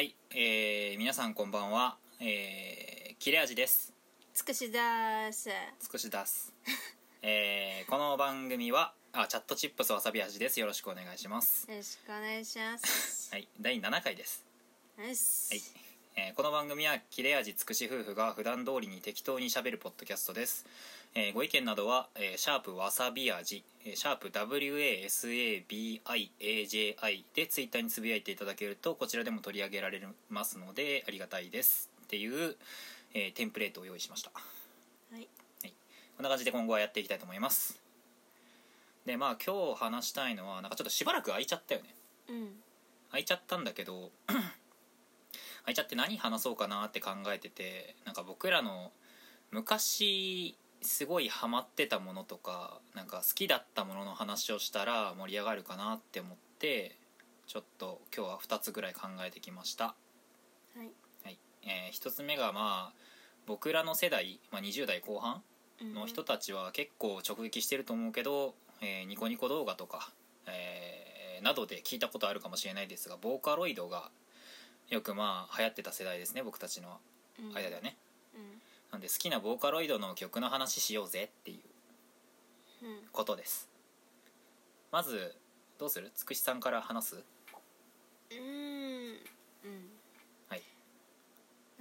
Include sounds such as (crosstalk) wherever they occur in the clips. えー皆さんこんばんは、えー切れ味ですつくしだーす少し出す、えーこの番組はあチャットチップスわさび味ですよろしくお願いしますよろしくお願いしますはい第7回ですはいすはい、えーこの番組は切れ味つくし夫婦が普段通りに適当にしゃべるポッドキャストです、えーご意見などは、えーシャープわさび味」えー「シャープ #WASABIAJI」でツイッターにつぶやいていただけるとこちらでも取り上げられますのでありがたいですっていう、えーテンプレートを用意しましたはいこんな感じで今後はやっていきたいと思いますでまあ今日話したいのはなんかちょっとしばらく空いちゃったよねうん空いちゃったんだけど (clears throat) 空いちゃって何話そうかなって考えててなんか僕らの昔すごいハマってたものとかなんか好きだったものの話をしたら盛り上がるかなって思ってちょっと今日は2つぐらい考えてきました、はいはいえ1つ目がまあ僕らの世代、まあ、20代後半うんの人たちは結構直撃してると思うけど、えーニコニコ動画とか、えーなどで聞いたことあるかもしれないですがボーカロイドがよくまあ流行ってた世代ですね僕たちのうん間ではね、うんなんで好きなボーカロイドの曲の話しようぜっていううんことですまずどうするつくしさんから話すうんうんはい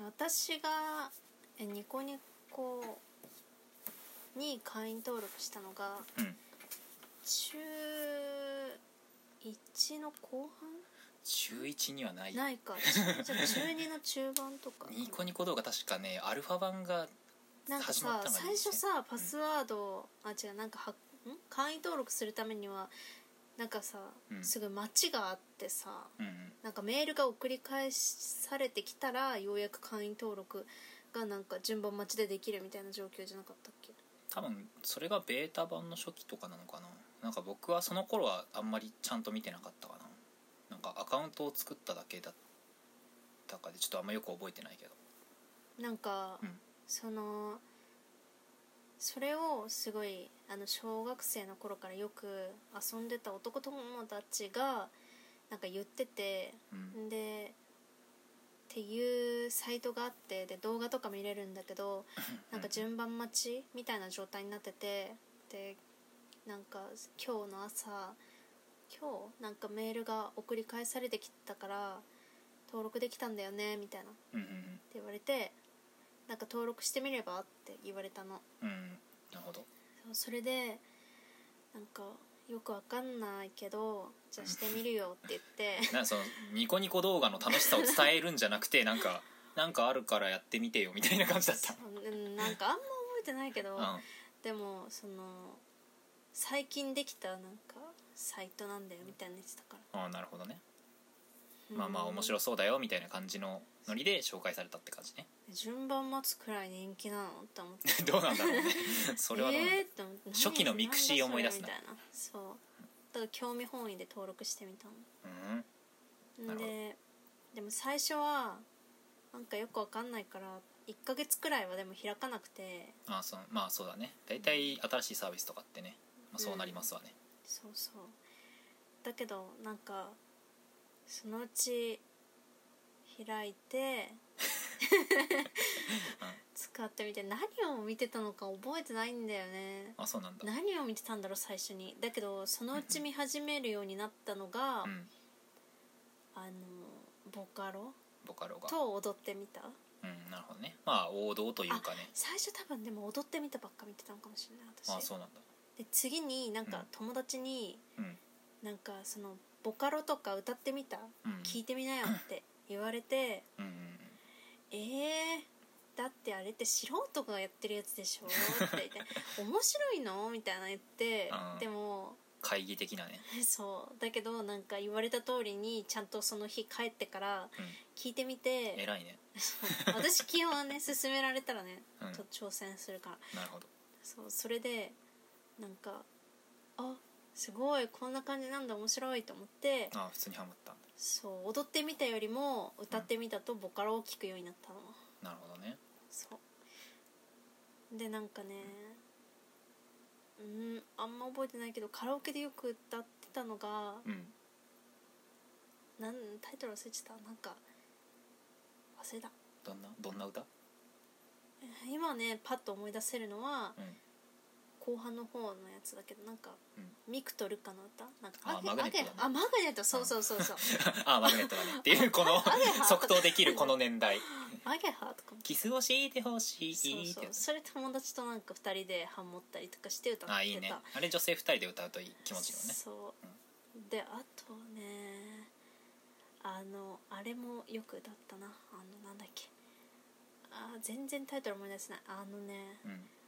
私がえニコニコに会員登録したのがうん中1の後中1にはない半ないかじゃあ中2の中盤 (laughs) とかニコニコ動画確かねアルファ版がなんか始まっさたのがいい最ですね初さパスワード、あ違うなんかはん会員登録するためにはなんかさ、うんすぐ待ちがあってさうんうんなんかメールが送り返されてきたらようやく会員登録がなんか順番待ちでできるみたいな状況じゃなかったっけ多分それがベータ版の初期とかなのかななんか僕はその頃はあんまりちゃんと見てなかったかななんかアカウントを作っただけだったかでちょっとあんまよく覚えてないけどなんか、うんそのそれをすごいあの小学生の頃からよく遊んでた男友達がなんか言っててうんでっていうサイトがあってで動画とか見れるんだけどなんか順番待ちみたいな状態になっててでなんか今日の朝今日なんかメールが送り返されてきたから登録できたんだよねみたいなってうんうん言われてなんか登録してみればって言われたのうんうんなるほどそうそれでなんかよくわかんないけどじゃあしてみるよって言ってなんかそのニコニコ動画の楽しさを伝えるんじゃなくてなんかなんかあるからやってみてよみたいな感じだったうんなんかあんま覚えてないけど、うんでもその最近できたなんかサイトなんだよみたいなやつだから、ああなるほどねまあまあ面い白そうだよみたいな感じのノリで紹介されたって感じね (laughs) 順番待つくらい人気なのって思ってどうなんだろうねそれはどうなんだろうえーって思って初期のミクシーを思い出すななんだそれみたいなそうだから興味本位で登録してみたうんなるほのどででも最初はなんかよくわかんないから1ヶ月くらいはでも開かなくてあそうまあそうだね大体新しいサービスとかってね、まあ、そうなりますわねそうそうだけどなんかそのうち開い (laughs) て使ってみて何を見てたのか覚えてないんだよねあそうなんだ何を見てたんだろう最初にだけどそのうち見始めるようになったのが、うんあのボカロボカロがと踊ってみたうんなるほどねまあ王道というかね最初多分でも踊ってみたばっか見てたのかもしれないあ私そうなんだで次になんうんか友達に、うんなんかそのボカロとか歌ってみたうん聞いてみなよって言われてうんうん「えー、だってあれって素人がやってるやつでしょ」っ (laughs) て言って「面白いの?」みたいな言ってうんでも会議的なねそうだけどなんか言われた通りにちゃんとその日帰ってからう聞いてみんて偉いね私基本は (laughs) ね勧められたらねうんちょっと挑戦するからなるほどそうそれでなんかあすごいこんな感じなんだ面白いと思ってあ普通にハマったんだそう踊ってみたよりも歌ってみたとボカロを聴くようになったのなるほどねそうでなんかねうんあんま覚えてないけどカラオケでよく歌ってたのがうんなんタイトル忘れちゃったなんか忘れたどんなどんな歌今ねパッと思い出せるのは (laughs) うん後半の方のやつだけどなんか、うミクとルカの歌なんかあアゲマグネットだアゲねあマグネットそうそうそうそうあマグネットだねって (laughs) いうこの即答できるこの年代アゲハとかもキスをしてほしいってそうそうそれ友達となんか二人でハモったりとかして歌ってたあいいねあれ女性2人で歌うといい気持ちいいよねそう、であとねあのあれもよく歌ったなあのなんだっけあー全然タイトル思い出せないあのねうん (laughs)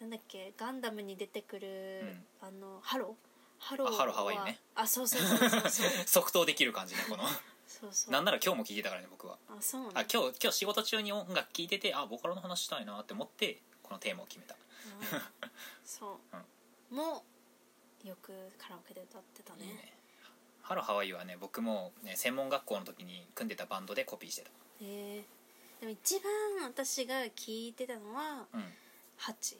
なんだっけガンダムに出てくる、んあのハローハローあハローハワイねあそうそうそ (laughs) うそうそう即答できる感じねこのそうそうなんなら今日も聞いてたからね僕はあそうねあ今日今日仕事中に音楽聴いててあボカロの話したいなって思ってこのテーマを決めたうんそう、もよくカラオケで歌ってたねいいねハローハワイはね僕も、ね、専門学校の時に組んでたバンドでコピーしてたへえでも一番私が聞いてたのはうんハチ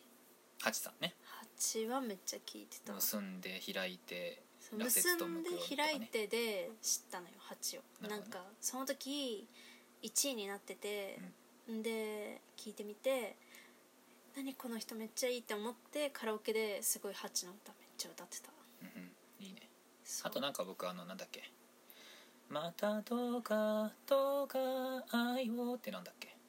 ハチさんねハチはめっちゃ聞いてた結んで開いてそう結んで開いねてで知ったのよ蜂をなるなほんどねかその時1位になってて、ん、で聞いてみて何この人めっちゃいいって思ってカラオケですごい蜂の歌めっちゃ歌ってたうんうんいいねそうあとなんか僕あのなんだっけ「またどうかどうか愛を」ってなんだっけ「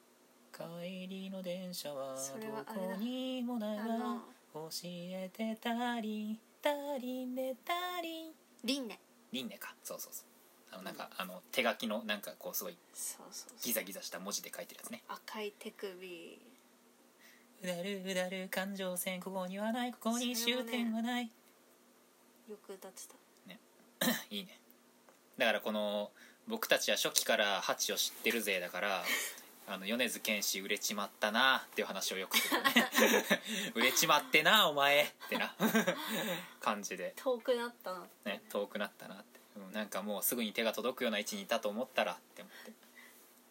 帰りの電車はそれはどあれだこにもないあのわ教えてたりたりねたりリンネ」リンネかそうそうそうあのなんか、あの手書きのなんかこうすごいそうそうそうギザギザした文字で書いてるやつね赤い手首「うだるうだる感情線ここにはないここにそれは終ね点はない」よく歌ってたいいねだからこの僕たちは初期からハチを知ってるぜだから (laughs) あの米津玄師売れちまったなっていう話をよくするね (laughs) 売れちまってなお前ってな (laughs) 感じで、遠くなったなね、遠くなったなって、うんなんかもうすぐに手が届くような位置にいたと思ったらって思って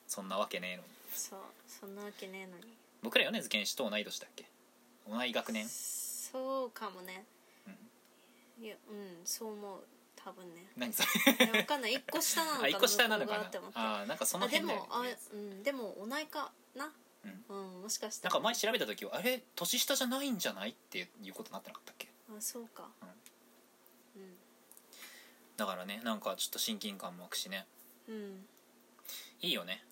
そんなわけねえのにそうそんなわけねえのに僕ら米津玄師と同い年だっけ同い学年そうかもねうんいやうんそう思う多分ね何それいやわかんない一個下なの (laughs) あかな一個下なのか向なこう側って思ってあーなんかそのあで辺もだよねあうんでも同いかなうんうんもしかしたなんらか前調べた時はあれ年下じゃないんじゃないっていうことになってなかったっけあそうかうんだからねなんかちょっと親近感も湧くしねうんいいよね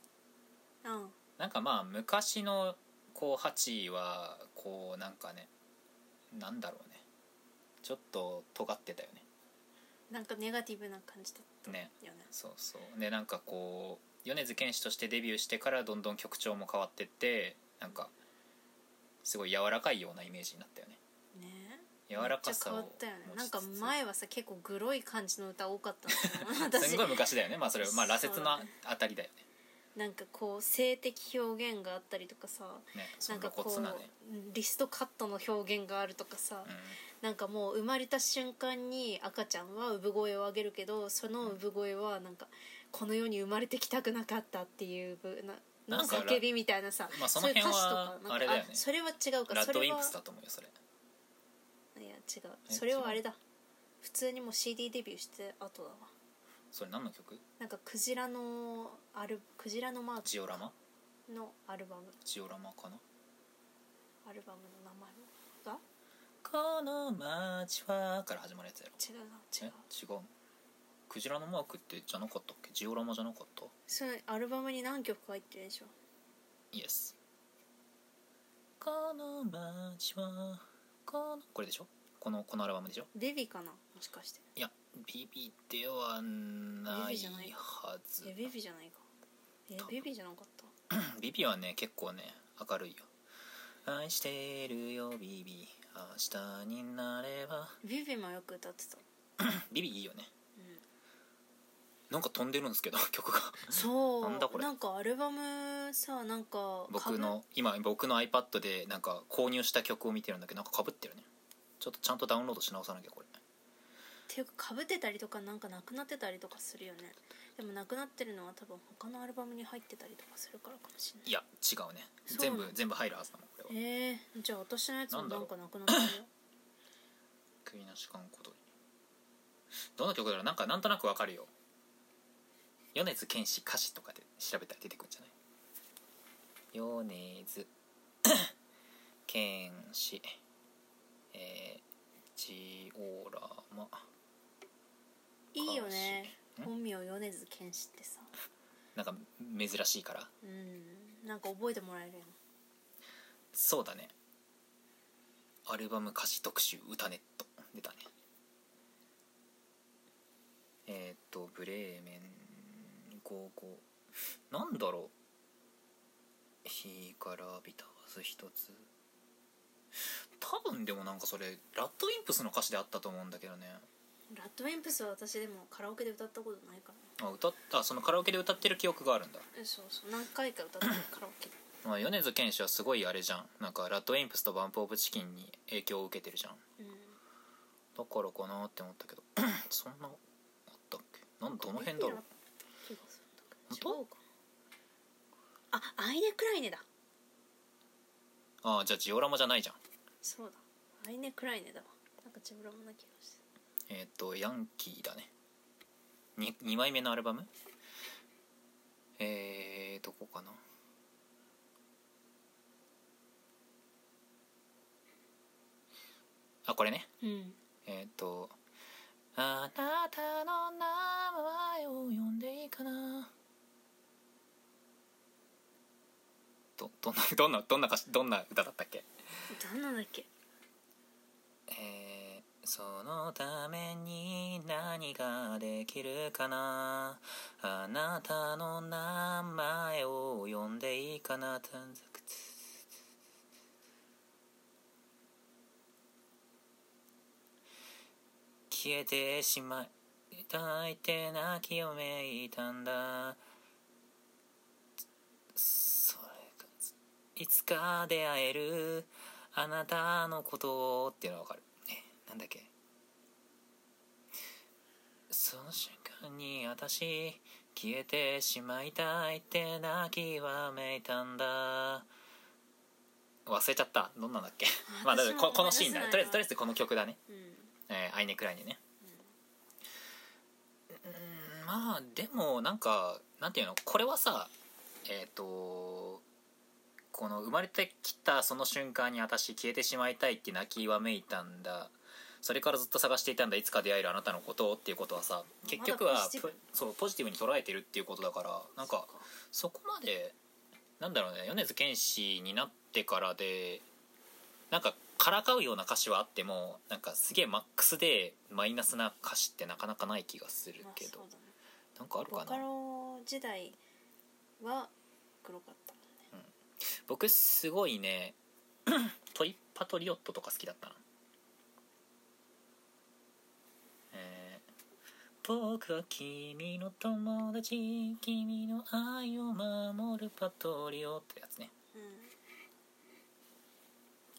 うんなんかまあ昔のこう8位はこうなんかねなんだろうねちょっと尖ってたよなんかネガティブな感じだっねねたよねそうそうでなんかこう米津玄師としてデビューしてからどんどん曲調も変わってってなんかすごい柔らかいようなイメージになったよねね柔らかさをめっちゃ変わったよねなんか持ちつつ前はさ結構グロい感じの歌多かったの (laughs) かなす私んごい昔だよねまあそれはまあ羅刹のああたりだよなんかこう性的表現があったりとかさねねそなんんなかコこツなねうリストカットの表現があるとかさ、うんなんかもう生まれた瞬間に赤ちゃんは産声を上げるけどその産声はなんかこの世に生まれてきたくなかったっていうぶなななんんかか叫びみたいなさ、まあその辺はういう歌詞とかなんかあれだよねそれは違うかラそッドれインはプスだと思うよそれいや違うえそれはあれだ普通にもう CD デビューして後だわそれ何の曲なんかクジラのアルクジラのマージチオラマのアルバムジオラマかなアルバムの名前がこの街はから始まるやつやろ違うえな違う違うのクジラのマークってじゃなかったっけジオラマじゃなかったそのアルバムに何曲か入ってるでしょイエスこの街はこのこれでしょこのこのアルバムでしょビビかなもしかしていやビビではなビいビじゃないはずえビビじゃないかえ多分ビビじゃなかったビビはね結構ね明るいよ愛してるよビビ明日になればビビもよく歌ってた、ビビいいよねうんなんか飛んでるんですけど (laughs) 曲がそうなんだこれんかアルバムさなんか僕の今僕の iPad でなんか購入した曲を見てるんだけどなんかかぶってるねちょっとちゃんとダウンロードし直さなきゃこれっていうかかぶってたりとかなんかなくなってたりとかするよねでもなくなってるのは多分他のアルバムに入ってたりとかするからかもしれないいや違うねそう全部全部入るはずだもんこれはえー、じゃあ私のやつもなんだなろんうかなくなってるよ「首なしかんことり」どの曲だろうなんかなんとなくわかるよ米津玄師歌詞とかで調べたら出てくるんじゃないヨネ (coughs) ズケンシえージオラマいいよね本名米津玄師ってさなんか珍しいからうんなんか覚えてもらえるやんそうだねアルバム歌詞特集「歌ネット」出たねえーっとブレーメン55なんだろう「日から浴びたず一つ」多分でもなんかそれラッドウィンプスの歌詞であったと思うんだけどねラッドウィンプスは私でもカラオケで歌ったことないかあ歌ったそのカラオケで歌ってる記憶があるんだらえそうそう何回か歌ったのカラオケでまあ、米津玄師はすごいあれじゃんなんかラッドウィンプスとバンプ・オブ・チキンに影響を受けてるじゃんうんだからかなって思ったけど (clears throat) そんなあったっけなんどの辺だろう気がするんだ本け当ど違うかなあアイネ・クライネだああじゃあジオラマじゃないじゃんそうだアイネ・クライネだわなんかジブラもな気がしてえーっ、とヤンキーだね 2, 2枚目のアルバムえー、どこかなあこれねうんえーっ、と「あなたの名前を呼んでいいかな」どどんな (laughs) どんなどんな歌詞どんな歌だったっけどんなんだっけえーそのために何ができるかなあなたの名前を呼んでいいかな消えてしまいたいて泣きをめいたんだそれがいつか出会えるあなたのことをっていうのはわかるえなんだっけその瞬間に私消えてしまいたいって泣きはめいたんだ忘れちゃったどんなんだっけ (laughs) まあだからここのシーンだねとりあえずとりあえずこの曲だねうんえーアイネ・クライネね、うーん、まあでもなんかなんていうのこれはさえっ、とこの生まれてきたその瞬間に私消えてしまいたいって泣きわめいたんだそれからずっと探していたんだいつか出会えるあなたのことをっていうことはさ結局まだはポジティポブそうポジティブに捉えてるっていうことだからなんかそこまでなんだろうね米津玄師になってからでなんかからかうような歌詞はあってもなんかすげえマックスでマイナスな歌詞ってなかなかない気がするまあけど、そうだねなんかあるボかカなロ時代は黒かったもんね僕すごいね (clears throat) トイパトリオットとか好きだったなえー僕は君の友達君の愛を守るパトリオってやつねうん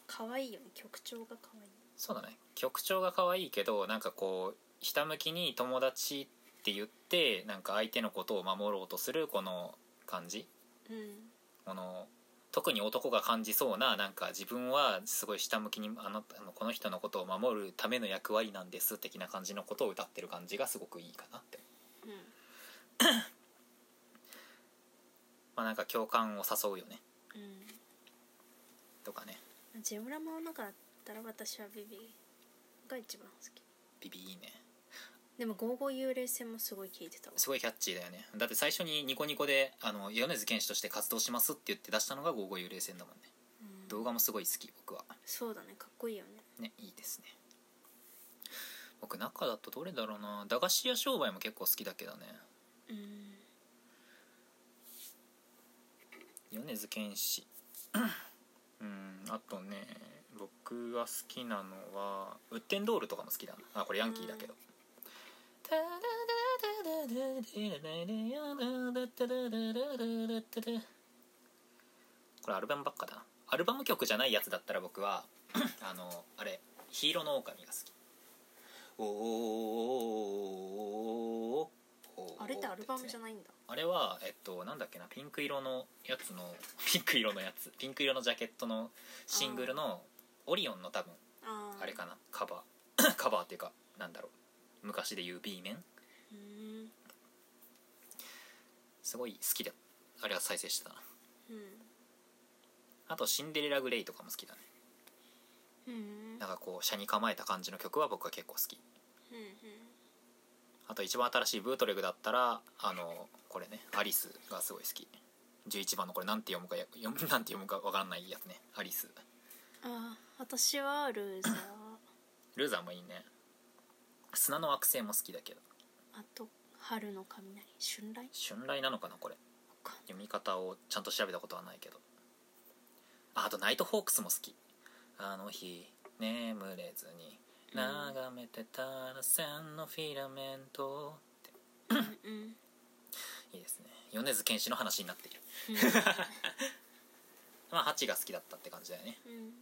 可愛いよね曲調が可愛いそうだね曲調が可愛いけどなんかこうひたむきに友達って言ってなんか相手のことを守ろうとするこの感じうんこの特に男が感じそうななんか自分はすごい下向きにあなたあのこの人のことを守るための役割なんです的な感じのことを歌ってる感じがすごくいいかなってうんまあなんか共感を誘うよねうとかねんジムラマの中だったら私はビビが一番好きビビいいねでも「ゴーゴー幽霊船」もすごい聴いてたわすごいキャッチーだよねだって最初にニコニコであの米津玄師として活動しますって言って出したのが「ゴーゴー幽霊船」だもんねうん動画もすごい好き僕はそうだねかっこいいよねねいいですね僕中だとどれだろうな駄菓子屋商売も結構好きだけどねうん米津玄師うんあとね僕が好きなのはウッテンドールとかも好きだなあこれヤンキーだけど、これアルバムばっかだなアルバム曲じゃないやつだったら僕はあのあれ「ヒーローの狼が好きおーおーおーおーおーおーおーあれってアルバムじゃないんだあれはえっとなんだっけなピンク色のやつの (laughs) ピンク色のやつピンク色のジャケットのシングルのオリオンの多分あーあれかなカバー (coughs) カバーっていうかなんだろう昔で言う B 面うんすごい好きであれは再生してたなうんあと「シンデレラ・グレイ」とかも好きだねうんうんなんかこう車に構えた感じの曲は僕は結構好きあと一番新しいブートレグだったらあのこれねアリスがすごい好き11番のこれなんて読むかや読むなんて読むかわからないやつねアリスあー私はルーザールーザーもいいね砂の惑星も好きだけどあと春の雷春雷春雷なのかなこれか読み方をちゃんと調べたことはないけどああとナイトホークスも好きあの日眠れずに眺めてたら線のフィラメントうんうんいいですね米津玄師の話になっているまあハチが好きだったって感じだよねうん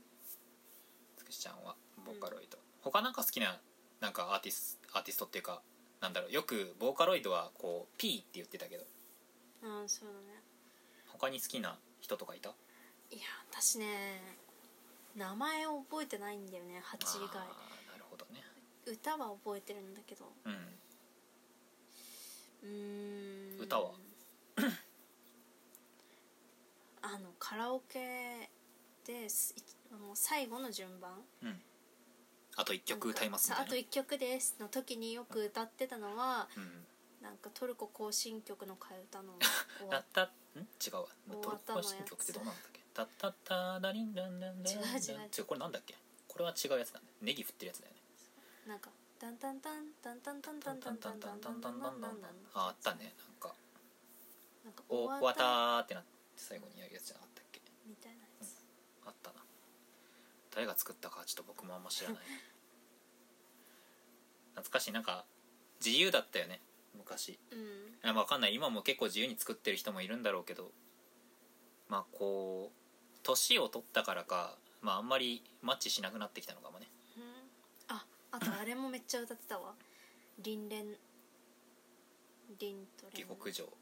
つくしちゃんはボーカロイド、他なんか好きななんかアーティスアーティストっていうかなんだろうよくボーカロイドはこう P って言ってたけどああそうだね他に好きな人とかいたいや私ね名前を覚えてないんだよねあ8以ーなるほどね外歌は覚えてるんだけどうんうーん歌はあのカラオケですいもう最後の順番うん、あと1曲歌いますみねたいなあと1曲ですの時によく歌ってたのはうんなんかトルコ行進曲の替え歌の終だわったん違うわ終トわルったコ行のやつ進曲ってどうなんだっけタッタッタダリンダンダンダンダン違う違う違うこれなんだっけこれは違うやつだねネギ振ってるやつだよねなんかタンタンタンタンタンタンタンタンタタンンタタンンタタンタンタンタンタンタンタンタンタンンああったねなんかなんか「お終終わわったた」っってなって最後にやるやつじゃなかったっけみたいなやつあったな誰が作ったかちょっと僕もあんま知らない懐かしいなんか自由だったよね昔うんあ分かんない今も結構自由に作ってる人もいるんだろうけどまあこう年を取ったからか、まあ、あんまりマッチしなくなってきたのかもねうんああとあれもめっちゃ歌ってたわ「凛恋」「凛と下恋」克上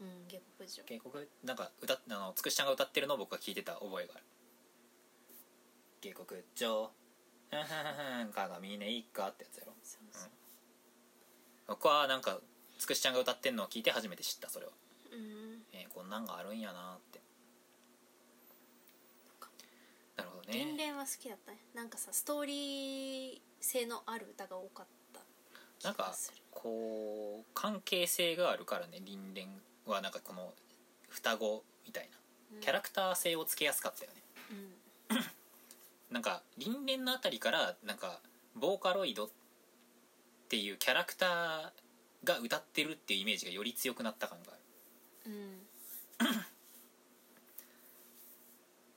うん下克上下克なんか歌っあのつくしちゃんが歌ってるのを僕は聞いてた覚えがある下克上ははははん鏡ねいいかってやつやろそうそ僕はなんかつくしちゃんが歌ってんのを聞いて初めて知ったそれは、ううんえーこんなんがあるんやなってなるほどね凛恋は好きだったねなんかさストーリー性のある歌が多かったなん気かがするこう関係性があるからね凛恋はなんかこの双子みたいなキャラクター性をつけやすかったよねうんなんか凛恋のあたりからなんかボーカロイドっていうキャラクターが歌ってるっていうイメージがより強くなった感があるうん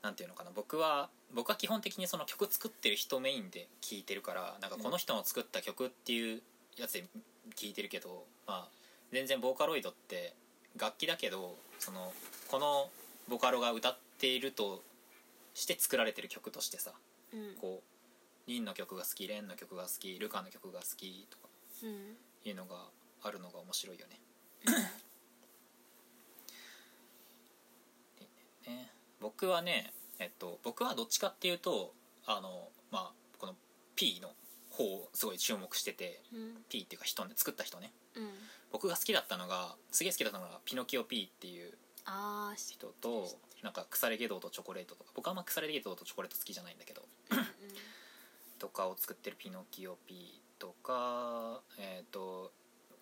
なんていうのかな僕は僕は基本的にその曲作ってる人メインで聴いてるからなんかこの人の作った曲っていうやつで聴いてるけど、まあ、全然ボーカロイドって楽器だけどそのこのボカロが歌っているとして作られてる曲としてさうんこうリンの曲が好きレンの曲が好きルカの曲が好きとかうんいうのがあるのが面白いよね。でね僕はね、えっと、僕はどっちかっていうとあの、まあ、この P の方をすごい注目しててうん P っていうか人ね作った人ねうん僕が好きだったのがすげえ好きだったのがピノキオ P っていうああし人となんか腐れゲドウとチョコレートとか僕はあんま腐れゲドウとチョコレート好きじゃないんだけど (coughs) うんとかを作ってるピノキオピとかえっ、と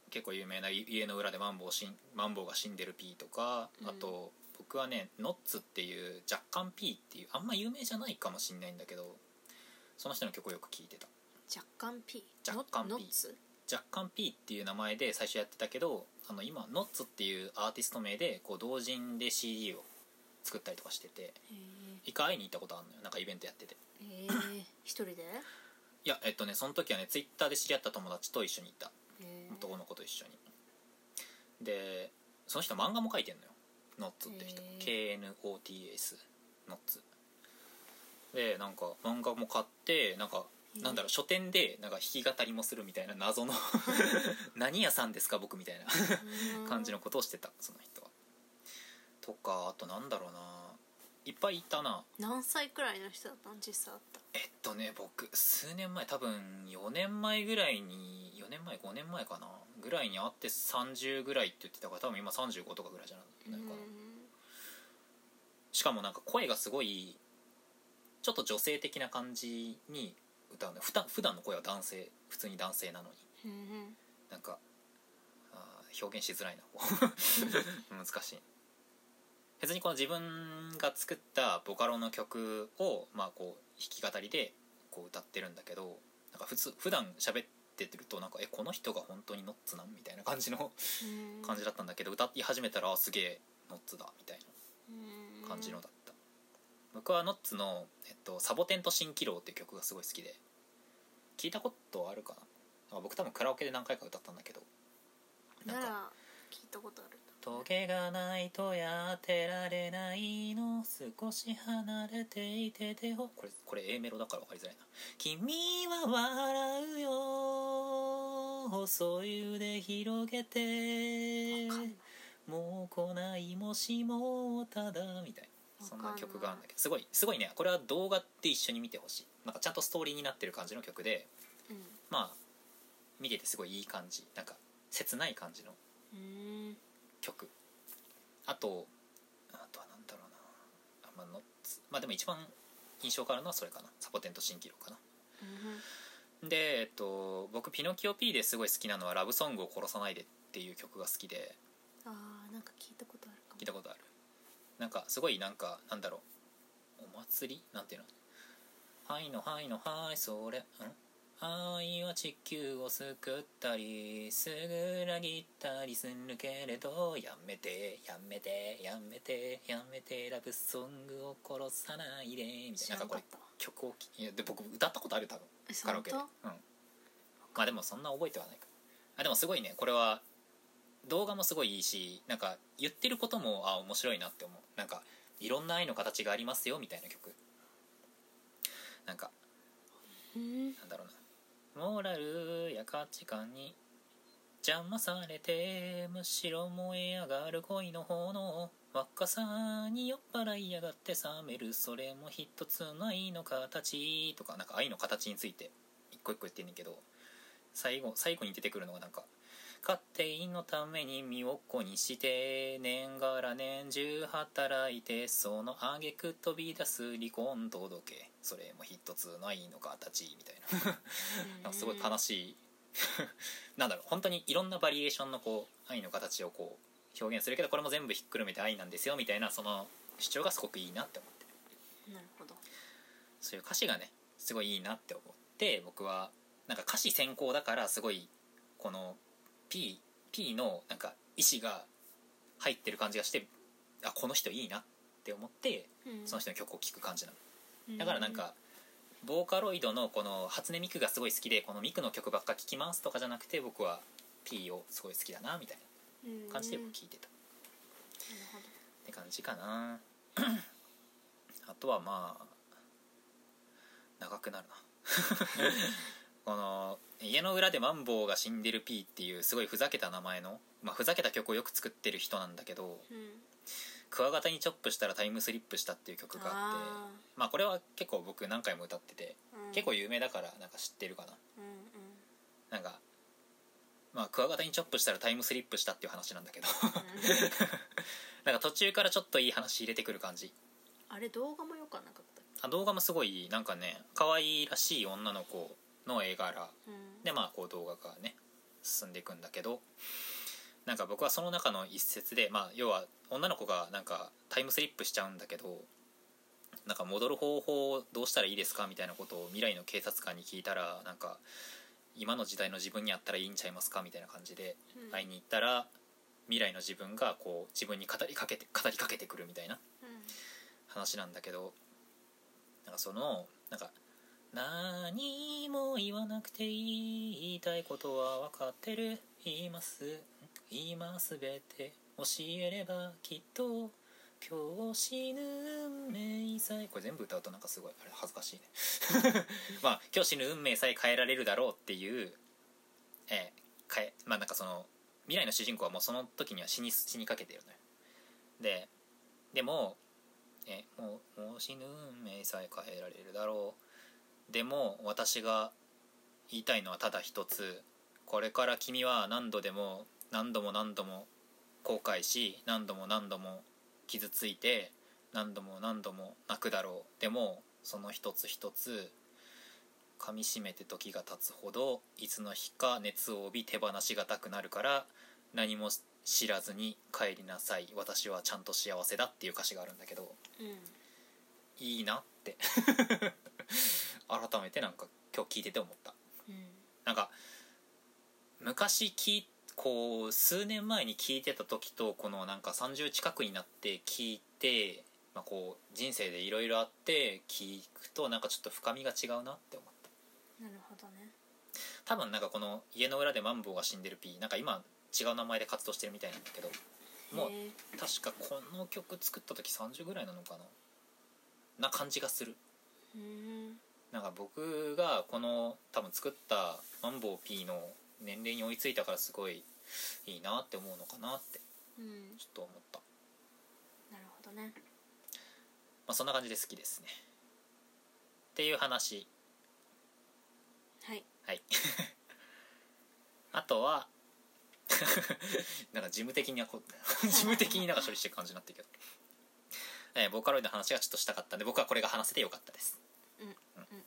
結構有名な家の裏でマンボウしんマンボウが死んでるピとかうんあと、僕はねノッツっていう若干ピっていうあんま有名じゃないかもしんないんだけどその人の曲をよく聴いてた若干 P 若干 P ノッツ若干 P っていう名前で最初やってたけどあの今ノッツっていうアーティスト名でこう同人で CD を作ったりとかしててへえ一回会いに行ったことあるのよなんかイベントやっててええ一人でへいやえっとねその時はねツイッターで知り合った友達と一緒に行ったえ男の子と一緒にでその人漫画も描いてんのよノッツって人へ KNOTS ノッツでなんか漫画も買ってなんかへえなんだろう書店でなんか弾き語りもするみたいな謎の (laughs) 何屋さんですか僕みたいな (laughs) うん感じのことをしてたその人はとかあとなんだろうないっぱいいたな何歳くらいの人だったの実際あったえっとね僕数年前多分4年前ぐらいに4年前5年前かなぐらいに会って30ぐらいって言ってたから多分今35とかぐらいじゃないかな、うんしかもなんか声がすごいちょっと女性的な感じに歌うねふた普段の声は男性普通に男性なのにうんうんなんかあー表現しづらいな難しい別にこの自分が作ったボカロの曲を、まあ、こう弾き語りでこう歌ってるんだけどなんか普通普段喋ってるとなんかえこの人が本当にノッツなんみたいな感じのうん感じだったんだけど歌い始めたらあすげえノッツだみたいうんな感じのだった、僕はノッツの、えっと「サボテンと蜃気楼」っていう曲がすごい好きで聞いたことあるかななんか僕多分カラオケで何回か歌ったんだけどななんから聞いたことあるトゲがないとやってられないの少し離れていててをこれこれ A メロだから分かりづらいな「君は笑うよ細い腕広げてわかんないもう来ないもしもただ」みたいなそんな曲があるんだけどすごいすごいねこれは動画って一緒に見てほしいなんかちゃんとストーリーになってる感じの曲でうまあ見ててすごいいい感じなんか切ない感じのんうん曲あとあとはなんだろうなあまあノッツまあでも一番印象変わるのはそれかなサボテンと蜃気楼かなでえっと僕ピノキオ P ですごい好きなのは「ラブソングを殺さないで」っていう曲が好きであーなんか聞いたことあるかも聞いたことあるなんかすごいなんかなんだろうお祭りなんていうの「はいのはいのはいそれん愛は地球を救ったりすぐらぎったりするけれどやめてやめてやめてやめてラブソングを殺さないで」みたい知ならなんなかこかれった曲を聴いやで僕歌ったことあるよ多分えカラオケで、うん、本まあでもそんな覚えてはないかあでもすごいねこれは動画もすごいいいしなんか言ってることもあ面白いなって思うなんかいろんな愛の形がありますよみたいな曲なんか当うんなんだろうなモラルや価値観に邪魔されてむしろ燃え上がる恋の炎若さに酔っ払いやがって冷めるそれも一つの愛の形とかなんか愛の形について一個一個言ってんねんけど最後最後に出てくるのがなんか「家庭のために身を粉にして年がら年中働いてその挙句飛び出す離婚届けそれも一つの愛の形」みたいななんかすごい悲ししい (laughs) なんだろう本当にいろんなバリエーションのこう愛の形をこう表現するけどこれも全部ひっくるめて愛なんですよみたいなその主張がすごくいいなって思っていなるほどそういう歌詞がねすごいいいなって思って僕はなんか歌詞先行だからすごいこの P, P のなんか意思が入ってる感じがしてあこの人いいなって思ってその人の曲を聴く感じなの。だからなんかボーカロイドのこの初音ミクがすごい好きでこのミクの曲ばっか聴きますとかじゃなくて僕は P をすごい好きだなみたいな感じでうん僕なる聴いてたっほどて感じかなあとはまあ長くなるな (laughs) この「家の裏でマンボウが死んでる P」っていうすごいふざけた名前の、まあ、ふざけた曲をよく作ってる人なんだけどうん「クワガタにチョップしたらタイムスリップした」っていう曲があってあまあこれは結構僕何回も歌っててーうん結構有名だからなんか知ってるかなうんうんなんかまあクワガタにチョップしたらタイムスリップしたっていう話なんだけど (laughs) うんなんか途中からちょっといい話入れてくる感じあれ動画も良くはなかったっあ動画もすごいなんかね可愛らしい女の子の絵柄けうんでまあこう動画がね進んでいくんだけどなんか僕はその中の一節で、まあ、要は女の子がなんかタイムスリップしちゃうんだけどなんか戻る方法をどうしたらいいですかみたいなことを未来の警察官に聞いたらなんか今の時代の自分にあったらいいんちゃいますかみたいな感じでうん会いに行ったら未来の自分がこう自分に語りかけて語りかけてくるみたいなうん話なんだけどなんかそのなんか何も言わなくていい言いたいことは分かってる言いますん今すべて教えればきっと今日死ぬ運命さえこれ全部歌うとなんかすごいあれ恥ずかしいね (laughs) まあ今日死ぬ運命さえ変えられるだろうっていうえー変えまあなんかその未来の主人公はもうその時には死に死にかけてるのよででもえもうもう死ぬ運命さえ変えられるだろうでも私が言いたいのはただ一つこれから君は何度でも何度も何度も後悔し何度も何度も傷ついて何度も何度も泣くだろうでもその一つ一つ噛みしめて時が経つほどいつの日か熱を帯び手放しがたくなるから何も知らずに帰りなさい私はちゃんと幸せだっていう歌詞があるんだけどうんいいなって (laughs) 改めてなんか今日聞いてて思ったうんなんか昔聞いこう数年前に聞いてた時とこのなんか30近くになって聞いて、まあ、こう人生でいろいろあって聞くとなんかちょっと深みが違うなって思ったなるほどね多分なんかこの「家の裏でマンボウが死んでる P」なんか今違う名前で活動してるみたいなんだけどもうへえ確かこの曲作った時30ぐらいなのかなな感じがするうんなんか僕がこの多分作ったマンボウ P の年齢に追いついたからすごいいいなって思うのかなってうんちょっと思った、まなるほどねあ、そんな感じで好きですねっていう話はいはい (laughs) あとは (laughs) なんか事務的にはこ (laughs) 事務的になんか処理してる感じになってるけど、えーボーカロイドの話がちょっとしたかったんで僕はこれが話せてよかったですうんうん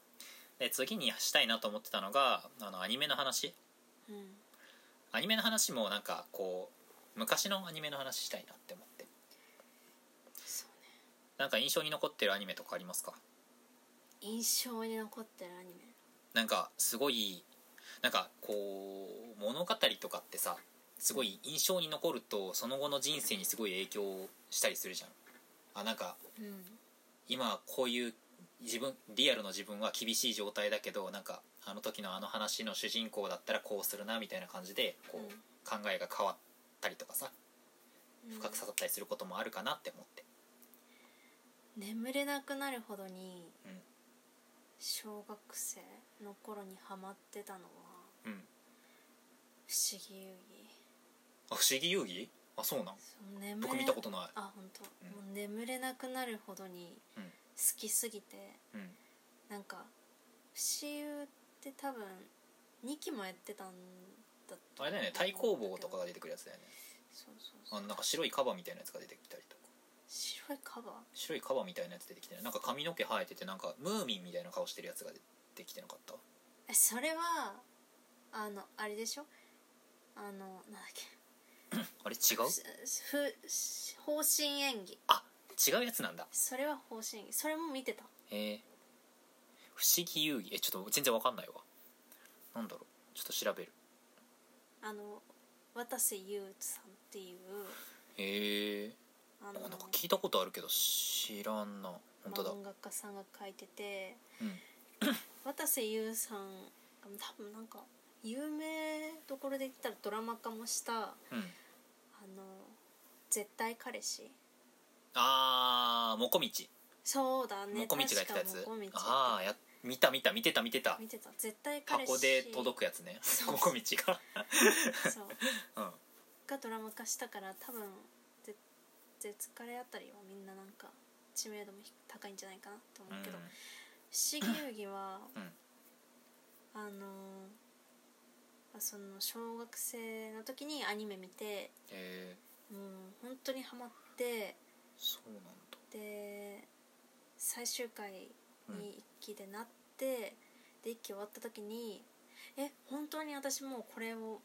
で次にしたいなと思ってたのがあのアニメの話うんアニメの話もなんかこう昔のアニメの話したいなって思ってそうねなんか印象に残ってるアニメとかありますか印象に残ってるアニメなんかすごいなんかこう物語とかってさすごい印象に残るとその後の人生にすごい影響したりするじゃんあなんかうん今こういう自分リアルの自分は厳しい状態だけどなんかあの時のあの話の主人公だったらこうするなみたいな感じでこううん考えが変わったりとかさうん深く刺さったりすることもあるかなって思って眠れなくなるほどにうん小学生の頃にハマってたのはうん不思議遊戯あ不思議遊戯あそうなんそう眠れ僕見たことなあ本当、うんもう眠れなくなるほどにうん好きすぎて、いうんなんか不思議って多分2期もやってたんだとあれだよね太公棒とかが出てくるやつだよねそうそうそあうのなんか白いカバみたいなやつが出てきたりとか白いカバー白いカバみたいなやつ出てきてねなんか髪の毛生えててなんかムーミンみたいな顔してるやつが出てきてなかったえそれはあのあれでしょあのなんだっけあれ違うふふ方針演技あ違うやつなんだそれは方針演技それも見てたへえ不思議遊戯えちょっと全然わかんないわなんだろうちょっと調べるあの渡瀬優さんっていうへえあなのんか聞いたことあるけど知らんな本当だ音楽家さんが書いててうん渡瀬優さん多分なんか有名どころで言ったらドラマ化もしたあうんの絶対彼氏あーもこみちそうもだねこみちがやってたや確つかもこみちああや見た見た見てた見てた見てた絶対彼氏箱で届くやつねそうもこみちがそう (laughs) うんがドラマ化したから多分ぜ絶カレあたりはみんななんか知名度もひ高いんじゃないかなと思うけど、不思議遊戯は、うんあのーまあその小学生の時にアニメ見てえー、もう本当にハマってそうなんだで最終回うんに一期でなって、で一期終わった時にえ本当に私もうこれをも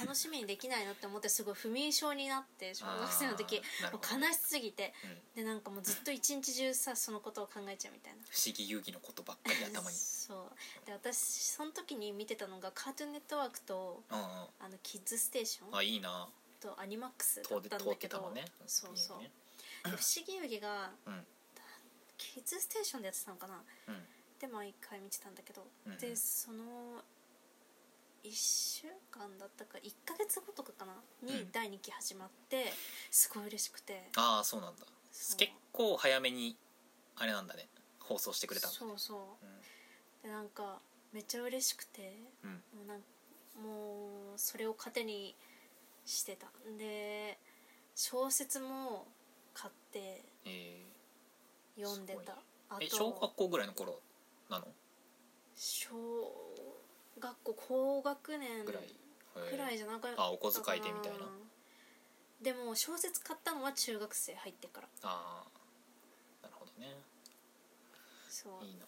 う楽しみにできないなって思ってすごい不眠症になって小学生の時あーなるもうほどね悲しすぎてうんでなんかもうずっと一日中さそのことを考えちゃうみたいな不思議遊戯のことばっかり頭に (laughs) そうで私その時に見てたのがカートゥーンネットワークとうんうんあのキッズステーションあいいなとアニマックスだ通っってたん通だってけたのどねそうそういいよねで不思議遊戯がうんキッズステーションでやってたのかなうんで毎回見てたんだけど、うんうでんその1週間だったか1ヶ月後とかかなにうん第2期始まって、すごい嬉しくてああそうなんだそう結構早めにあれなんだね放送してくれたんだそうそううんでなんかめっちゃ嬉しくてうんもうなんもうそれを糧にしてたで小説も買ってえ読んでたあーえ小学校ぐらいの頃なの小学校高学年ぐらいくらいへじゃなかったあお小遣いでみたいなでも小説買ったのは中学生入ってからーあですねそういいな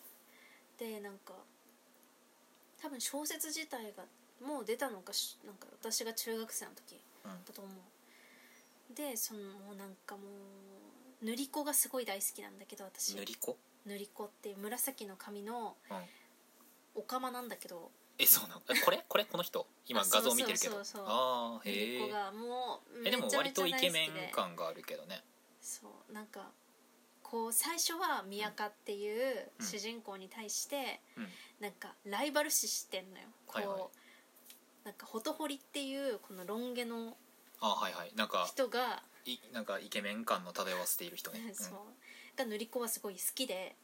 でなんか多分小説自体がもう出たのかしなんか私が中学生の時うんだと思うでそのもうなんかもう塗り子がすごい大好きなんだけど私塗り子塗り子っていう紫の髪のうんおかまなんだけどえそうなのえこれこれこの人今画像見てるけどそうそうそうそうああ塗りへ子えがもうえめちでゃもめちゃ大割好ときイでケメン感があるけどねそうなんかこう最初は宮香っていううん主人公に対して、うんなんかライバル視してんのよこう、はいはいなんかほとほりっていうこのロン毛のあはいはいなんか人がいなんかイケメン感の漂わせている人ね、うんそうが塗り子はすごい好きで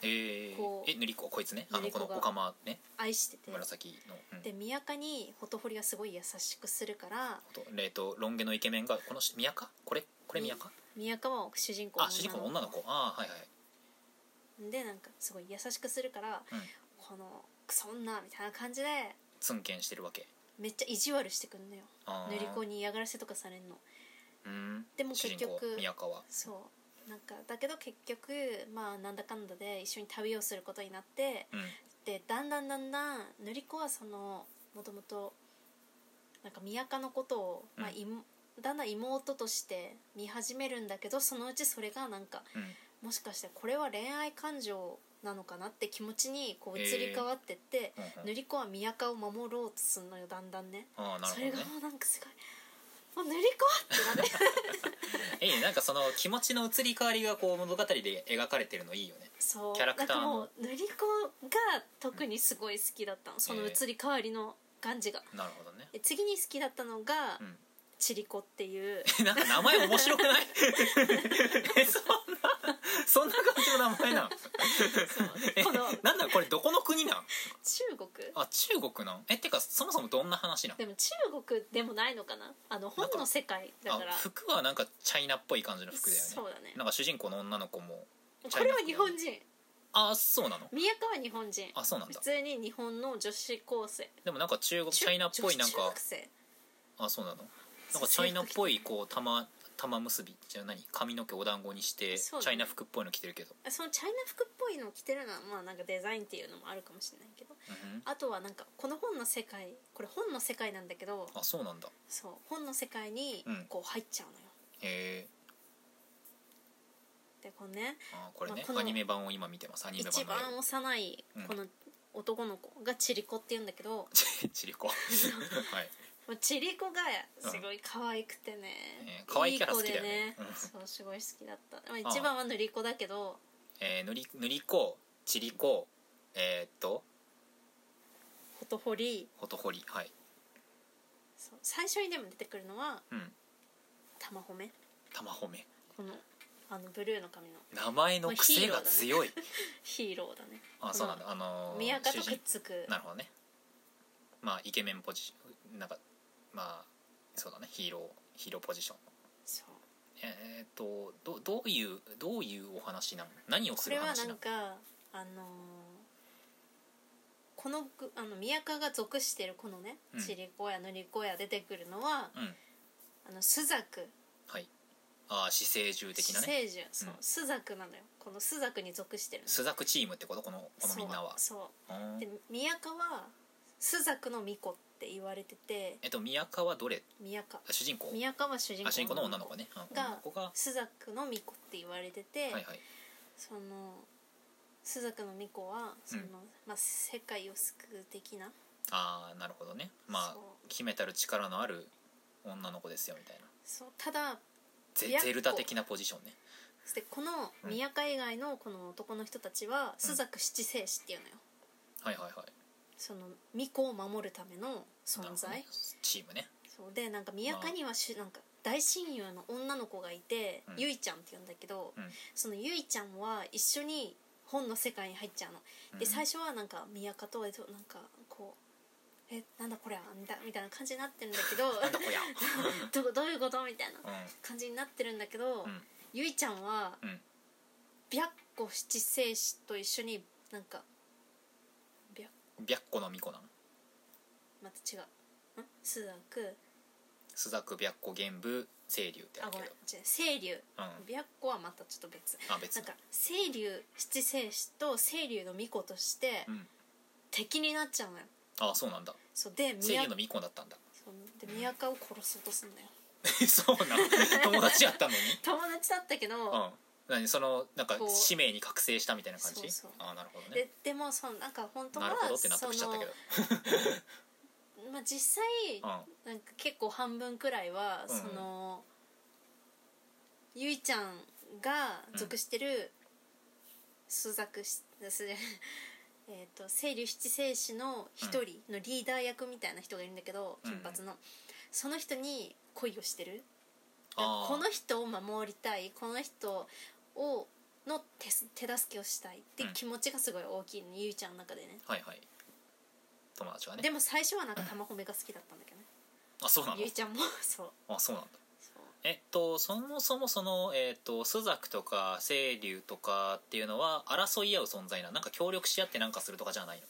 えーこ、うえ塗り子こいつねあ塗のりこ子のがおかまね愛してて紫の、うん、で宮香にほとほりがすごい優しくするからことえっとロン毛のイケメンがこのし宮かこれこれ宮か宮香は主人公あ主人公の女の子あーはいはいでなんかすごい優しくするから、うんこのクソ女みたいな感じでツンケンしてるわけめっちゃ意地悪してくんのよあー塗り子に嫌がらせとかされんのうんでも主結人公局宮川そうなんかだけど結局まあなんだかんだで一緒に旅をすることになってうんでだんだんだんだん塗り子はそのもともとなんか宮家のことを、まあうんいもだんだん妹として見始めるんだけどそのうちそれがなんかうんもしかしてこれは恋愛感情なのかなって気持ちにこう移り変わってって、うんう塗んり子は宮家を守ろうとするのよだんだんねあーなるそほれどがねもうなんかすごい「もう塗り子!」ってな (laughs) ってえなんかその気持ちの移り変わりがこう物語で描かれてるのいいよねそうキャラクターなんかももう塗り子が特にすごい好きだったのその移り変わりの感じが。なるほどね (laughs) で次に好きだったのが、うんチリコっ (laughs) ていうえなんか名前面白くない (laughs) えそんなそんな感じの名前なのえこのなんだこれどこの国なん中国あ中国なんえてかそもそもどんな話なんでも中国でもないのかなあの本の世界だあから服はなんかチャイナっぽい感じの服だよねそうだねなんか主人公の女の子もこれは日本人あそうなの宮川は日本人あそうなん普だ通に日本の女子高生でもなんか中国チ中ャイナっぽいなん女子中か学生あそうなのなんかチャイナっぽいこう玉玉結びじゃあ何髪の毛お団子にしてチそうだャねイナ服っぽいの着てるけど、そのチャイナ服っぽいのを着てるのはまあなんかデザインっていうのもあるかもしれないけどうんあとはなんかこの本の世界これ本の世界なんだけどあそうなんだそう本の世界にうんこう入っちゃうのよ、へえでこのねあこれまねあこのアニメ版を今見てますアニメ一版の番絵を幼いこの男の子がチリコっていうんだけど、 (laughs) ちちりこ (laughs) はいもうチリコがすごい可愛くてねえー、可愛いキャラ好きだよねいい子でうんそうすごい好きだった、まあ、ああ一番は塗り子だけどえー、ぬりぬりこちりこえー、っとほとほりほとほりはいそう最初にでも出てくるのはうん玉褒め玉褒めこのあのブルーの髪の名前の癖が強い、ヒーローだね (laughs) あそうなんだあのー宮家主とくっ人つくなるほどねまあイケメンポジションなんかまあそうだねヒーローヒーローポジションそうえー、っとどどういうどういうお話なの何をこすれるはなん話なのかあのーこのぐあの宮家が属してるこのねうんチリコや塗り子や出てくるのは、うんあの朱雀はいああ姿勢獣的なね聖樹そううん朱雀なのよこの朱雀に属してるの朱雀チームってことこのこのみんなはそうそううんで宮家は朱雀の巫女って言われててえっと宮川はどれ宮家主人公宮家は主人あ主人公公の女の子ね、うん、が女の子がは朱雀の巫女って言われてて、いはいその朱雀の巫女はその、うんまあ、世界を救う的なああなるほどねまあそう秘めたる力のある女の子ですよみたいなそうただゼやっこゼルダ的なポジションねでこのうん宮家以外のこの男の人たちは朱雀七聖子っていうのよはいはいはいその巫女を守るためのなる存ほど在、ねチームねそうでなんか宮家にはしゅ、なんか大親友の女の子がいて、うんゆいちゃんって言うんだけど、うんそのゆいちゃんは一緒に本の世界に入っちゃうの、うんで最初はなんか宮家とえっとなんかこう「えなんだこれはんだ」みたいな感じになってるんだけなんだこりゃ (laughs) どどうどういうことみたいなう感じになってるんだけど、うんゆいちゃんはんうん白虎七聖子と一緒になんか白白虎の巫女なのまた違う。ん朱雀朱雀白虎玄武清流ってああるごけめどん違う清流うん琵琶湖はまたちょっと別あ別なんにか清流七聖子と清流の巫女としてうん敵になっちゃうのよあそうなんだそうで清宮流の巫女だった (laughs) んだそうで宮川を殺そうとすんだよそうなん友達やったのに友達だったけど、うん何そのなんかこう使命に覚醒したみたいな感じそうそうあなるほどねででもそのなんか本当はなるほどって納そ得しちゃったけどの、まあ、実際うなんか結構半分くらいは、うんうんそのゆいちゃんが属してる朱雀し、す (laughs) えっと清流七聖子の一人のリーダー役みたいな人がいるんだけど、うんうん金髪のその人に恋をしてるあーこの人を守りたいこの人をの手す手助けをしたいってうん気持ちがすごい大きいの、ゆいちゃんの中でねはいはい友達はねでも最初はなんか玉褒めが好きだったんだけどねあそうなゆいのちゃんも (laughs) そうあそうなんだそうえっとそもそもそのえっと朱雀とか清流とかっていうのは争い合う存在なのなんか協力し合ってなんかするとかじゃないの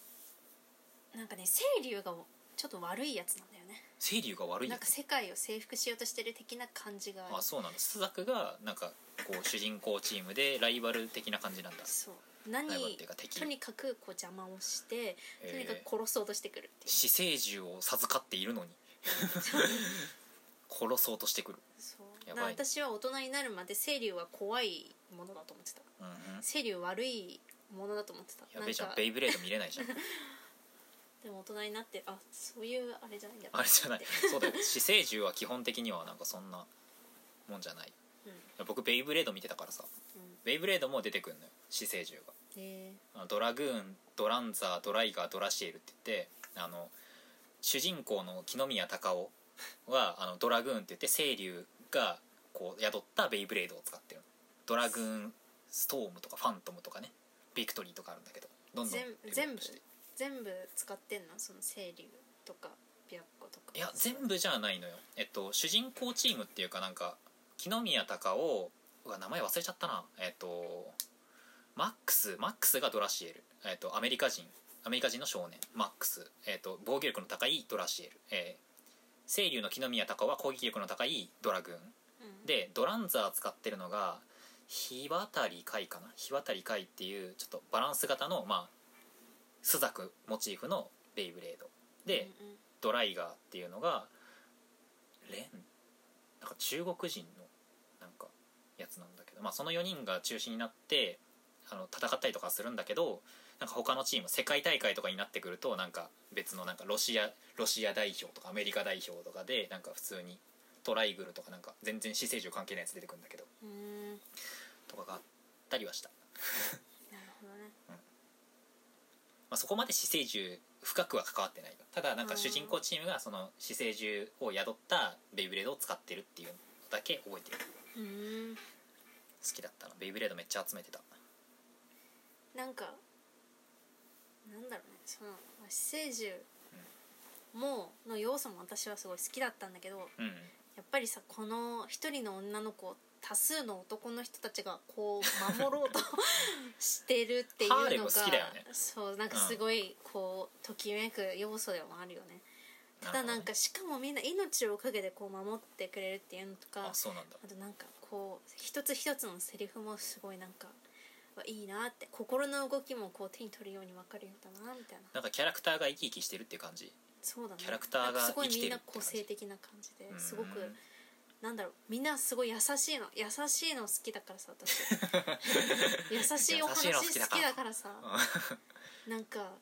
なんかね清流がちょっと悪いやつなんだよね清流が悪いなやんかつ世界を征服しようとしてる的な感じがあるあそうなんだ朱雀がなんかこう主人公チームでライバル的な感じなんだそうライバルっ何ていうか敵とにかくこう邪魔をしてとにかえーく殺そうとしてくるっていう死生獣を授かっている (laughs) のに殺そうとしてくる、そうやだばかいら私は大人になるまで清流は怖いものだと思ってたうんうん、清流悪いものだと思ってたやなべえんじゃんかベイブレード見れないじゃんでも大人になってあそういうあれじゃないんだあれじゃないってそうだよ死生獣は基本的にはなんかそんなもんじゃないうん僕ベイブレード見てたからさうんベイブレードも出てくるのよ死生獣がえあのドラグーンドランザードライガードラシエルって言ってあの主人公の木宮隆夫はあのドラグーンって言って清流がこう宿ったベイブレードを使ってるのドラグーンストームとかファントムとかねビクトリーとかあるんだけどどんどん全レベルア全ッ部プして全部使ってんのその清流とか琵琶湖とかいや全部じゃないのよえっと主人公チームっていうかなんか木宮隆夫うわ名前忘れちゃったなえっとマックスマックスがドラシエルえっとアメリカ人アメリカ人の少年マックスえっと防御力の高いドラシエルえー清流の木宮隆夫は攻撃力の高いドラグーンうんでドランザー使ってるのが日渡り海かな日渡り海っていうちょっとバランス型のまあ朱雀モチーフのベイブレードで、うんうんドライガーっていうのがレンなんか中国人のなんかやつなんだけど、まあ、その4人が中心になってあの戦ったりとかするんだけどなんか他のチーム世界大会とかになってくるとなんか別のなんかロシアロシア代表とかアメリカ代表とかでなんか普通にトライグルとかなんか全然死生獣関係ないやつ出てくるんだけどうーんとかがあったりはした、なるほどねまあ、そこまで死生獣深くは関わってないよただなんか主人公チームがその死生獣を宿ったベイブレードを使ってるっていうのだけ覚えてるうーん好きだったのベイブレードめっちゃ集めてたなんかなんだろうねその四聖獣もの要素も私はすごい好きだったんだけどうんやっぱりさこの一人の女の子を多数の男の人たちがこう守ろ (laughs) うとしてるっていうのがハーレム好きだよねそうなんかすごいこうときめく要素でもあるよねただなんるかしかもみんな命をかけてこう守ってくれるっていうのとほどねかあそうなんだあとなんかこう一つ一つのセリフもすごいなんかいいなって心の動きもこう手に取るように分かるようだなみたいななんかキャラクターが生き生きしてるっていう感じそうだねキャラクターがなんかすごい生きてみんるっなて個感じ性的な感じでうんすごくなんだろうみんなすごい優しいの優しいの好きだからさ (laughs) 私優しいお話優しいの好好きだからきだからさうん (laughs) なんか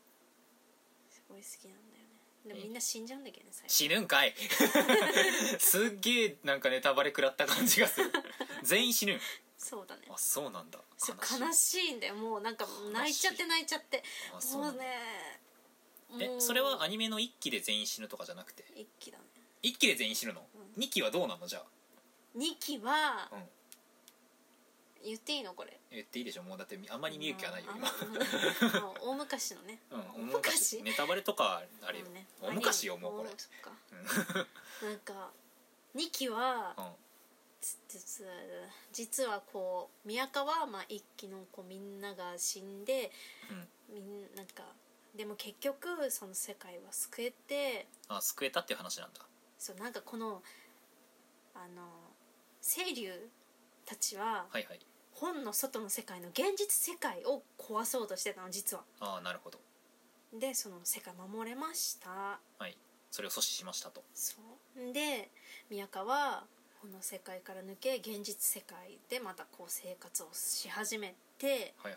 すごい好きなんだよねでもみんな死んじゃうんだけどね最後死ぬん (laughs) かいすっげえなんかネタバレ食らった感じがする全員死ぬんそうだねあそうなんだそうい悲しいんだよもうなんか泣いちゃって泣いちゃってあそうもなうんだねえもうそれはアニメの1期で全員死ぬとかじゃなくて一期だね1期で全員死ぬの、う2期はどうなのじゃ2期はあ、うん、言っていいのこれ言っていいでしょもうだってあんまり見る気はないよ今あんまあの大昔のねうん、大昔ネタバレとかあれよもうね大昔よもうこれあそっかなんか2期はうんつつ実はこう宮川はまあ1期のこうみんなが死んでうんみんなんかでも結局その世界は救えてあ救えたっていう話なんだそうなんかこのあの清流たちははいはい本の外の世界の現実世界を壊そうとしてたの実はああなるほどでその世界守れましたはいそれを阻止しましたとそうで宮川はこの世界から抜け現実世界でまたこう生活をし始めてはいはい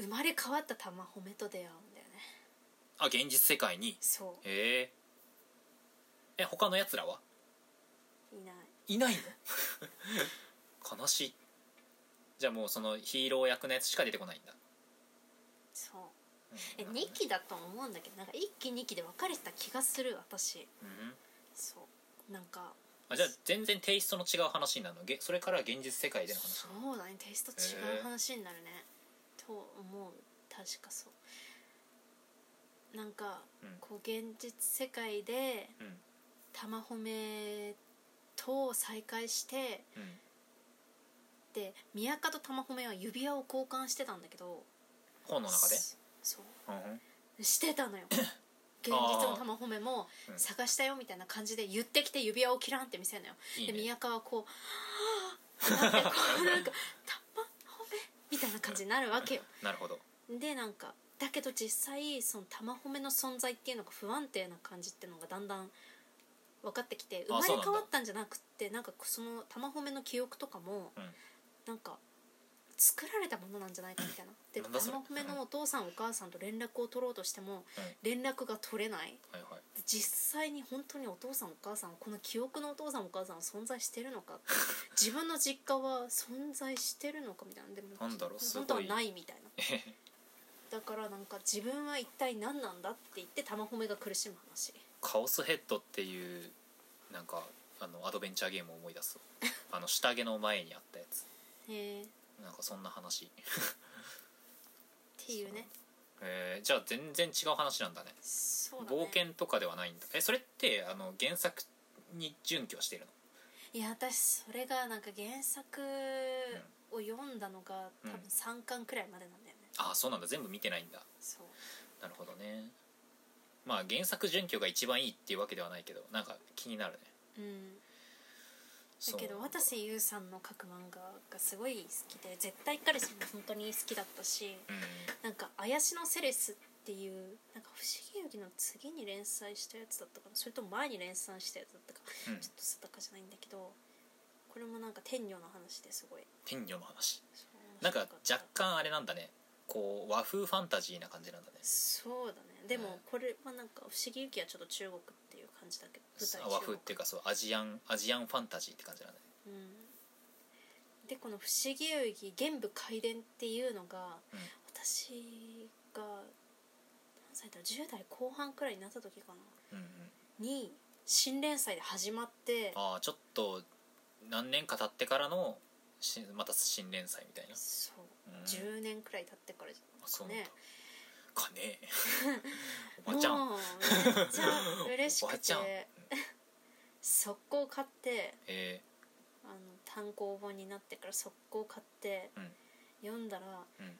生まれ変わった玉褒めと出会うんだよねあ現実世界にそへええ他のやつらはういないいないの (laughs) 悲しいじゃあもうそのヒーロー役のやつしか出てこないんだそうえ2期だと思うんだけどなんか1期2期で分かれてた気がする私うんそうなんかあじゃあ全然テイストの違う話になるのげそれからは現実世界での話そうだねテイスト違う話になるね、と思う確かそうなんか、うんこう現実世界でうん玉褒めと再会してうんで宮家と玉褒めは指輪を交換してたんだけど本の中でそそうんうんうしてた (laughs) のよ現実の玉褒めもうん探したよみたいな感じで言ってきて指輪をキランって見せるのよいでいね宮川はこう「は (laughs) ぁってなってこうなんか「玉褒め」みたいな感じになるわけよなるほどでなんかだけど実際その玉褒めの存在っていうのが不安定な感じっていうのがだんだん分かってきて生まれそう変なんだわったんじゃなくってなんかその玉褒めの記憶とかも、うんなんか作られたものなんじゃないかみたいな。でなんだそれ玉褒めのお父さんお母さんと連絡を取ろうとしてもうん連絡が取れないはいはい実際に本当にお父さんお母さんはこの記憶のお父さんお母さんは存在してる (laughs) のか自分の実家は存在してるのかみたいなでもなんだろうすごい本当はないみたいなだからなんか自分は一体何なんだって言って玉褒めが苦しむ話カオスヘッドっていうなんかあのアドベンチャーゲームを思い出 (laughs) すあの下着の前にあったやつへえっなんかそんな話ていうねえーじゃあ全然違う話なんだねそうだね冒険とかではないんだえそれってあの原作に準拠してるのいや私それがなんか原作を読んだのが多分うん3巻くらいまでなんだよね、ああそうなんだ全部見てないんだそうなるほどねまあ原作準拠が一番いいっていうわけではないけどなんか気になるねうんそだうけど渡瀬優さんの描く漫画がすごい好きで絶対彼氏も本当に好きだったしうんなんか「怪しのセレス」っていうなんか「不思議遊戯」の次に連載したやつだったかなそれとも前に連載したやつだったかちうんょっと定かじゃないんだけどこれもなんか天女の話ですごい天女の話そうなんか面白った若干あれなんだねこう和風ファンタジーな感じなんだねそうだねでうもんこれはなんか「不思議遊戯」はちょっと中国っていう感じだけど舞台あ和中風っ国ていうかそうアジアンアジアンファンタジーって感じなんだねうんでこの「不思議遊戯玄武怪伝」っていうのが、うん私が何歳だろう10代後半くらいになった時かなうんうんに新連載で始まってああちょっと何年か経ってからのしまた新連載みたいなそう、うん10年くらい経ってからじあゃそうんなかんだねか (laughs) ねおばちゃんもうめっ (laughs) ちゃ嬉しおばくちゃんて (laughs) 速攻買ってえあの単行本になってから速攻買って、うん読んだらー面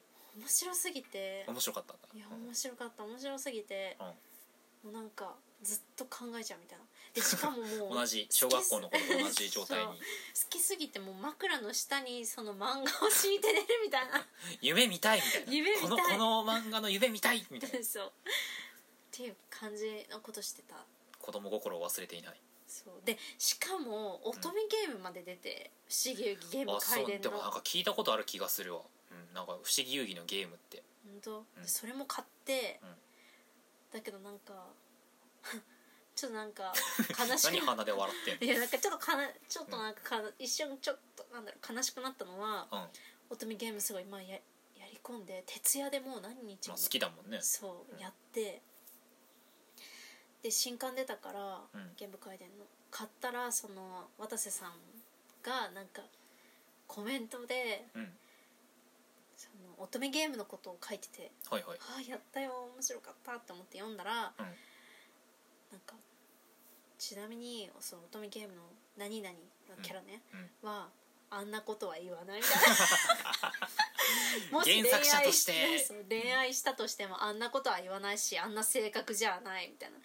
白すぎてうん、面白かったんだいや面白かった面白すぎてうんもうなんかずっと考えちゃうみたいなでしかも (laughs) 同もう好じ小学校の頃と同じ状態にきすぎてもう枕の下にその漫画を敷いて寝るみたいな (laughs) 夢見たいみたいな夢見たいこのこの (laughs) 漫画の夢見たいみたいなそうっていう感じのことしてた子供心を忘れていないそうでしかも乙女ゲームまで出て「不思議遊戯ゲームあそう改伝での」もなんか聞いたことある気がするわ、うん、なんか不思議遊戯のゲームって本当うんそれも買って、うんだけどなんか (laughs) ちょっとな (laughs) んか悲し何く鼻で笑ってん (laughs) いやなんかちょっとかなちょっとなんかかな一瞬ちょっとなんだろう悲しくなったのはの、うん乙女ゲームすごいまあややり込んで徹夜でもう何日まもあ、好きだもんねそう、うんやってで新刊出たからうん「玄武海伝の」買ったらその渡瀬さんがなんかコメントでうんその乙女ゲームのことを書いててはいはいああやったよ面白かったって思って読んだら、うんなんかちなみにその乙女ゲームの何々のキャラね、うんはあんなことは言わないみたい (laughs) なもし恋原作者愛としてそう恋愛したとしてもあんなことは言わないしあんな性格じゃないみたいな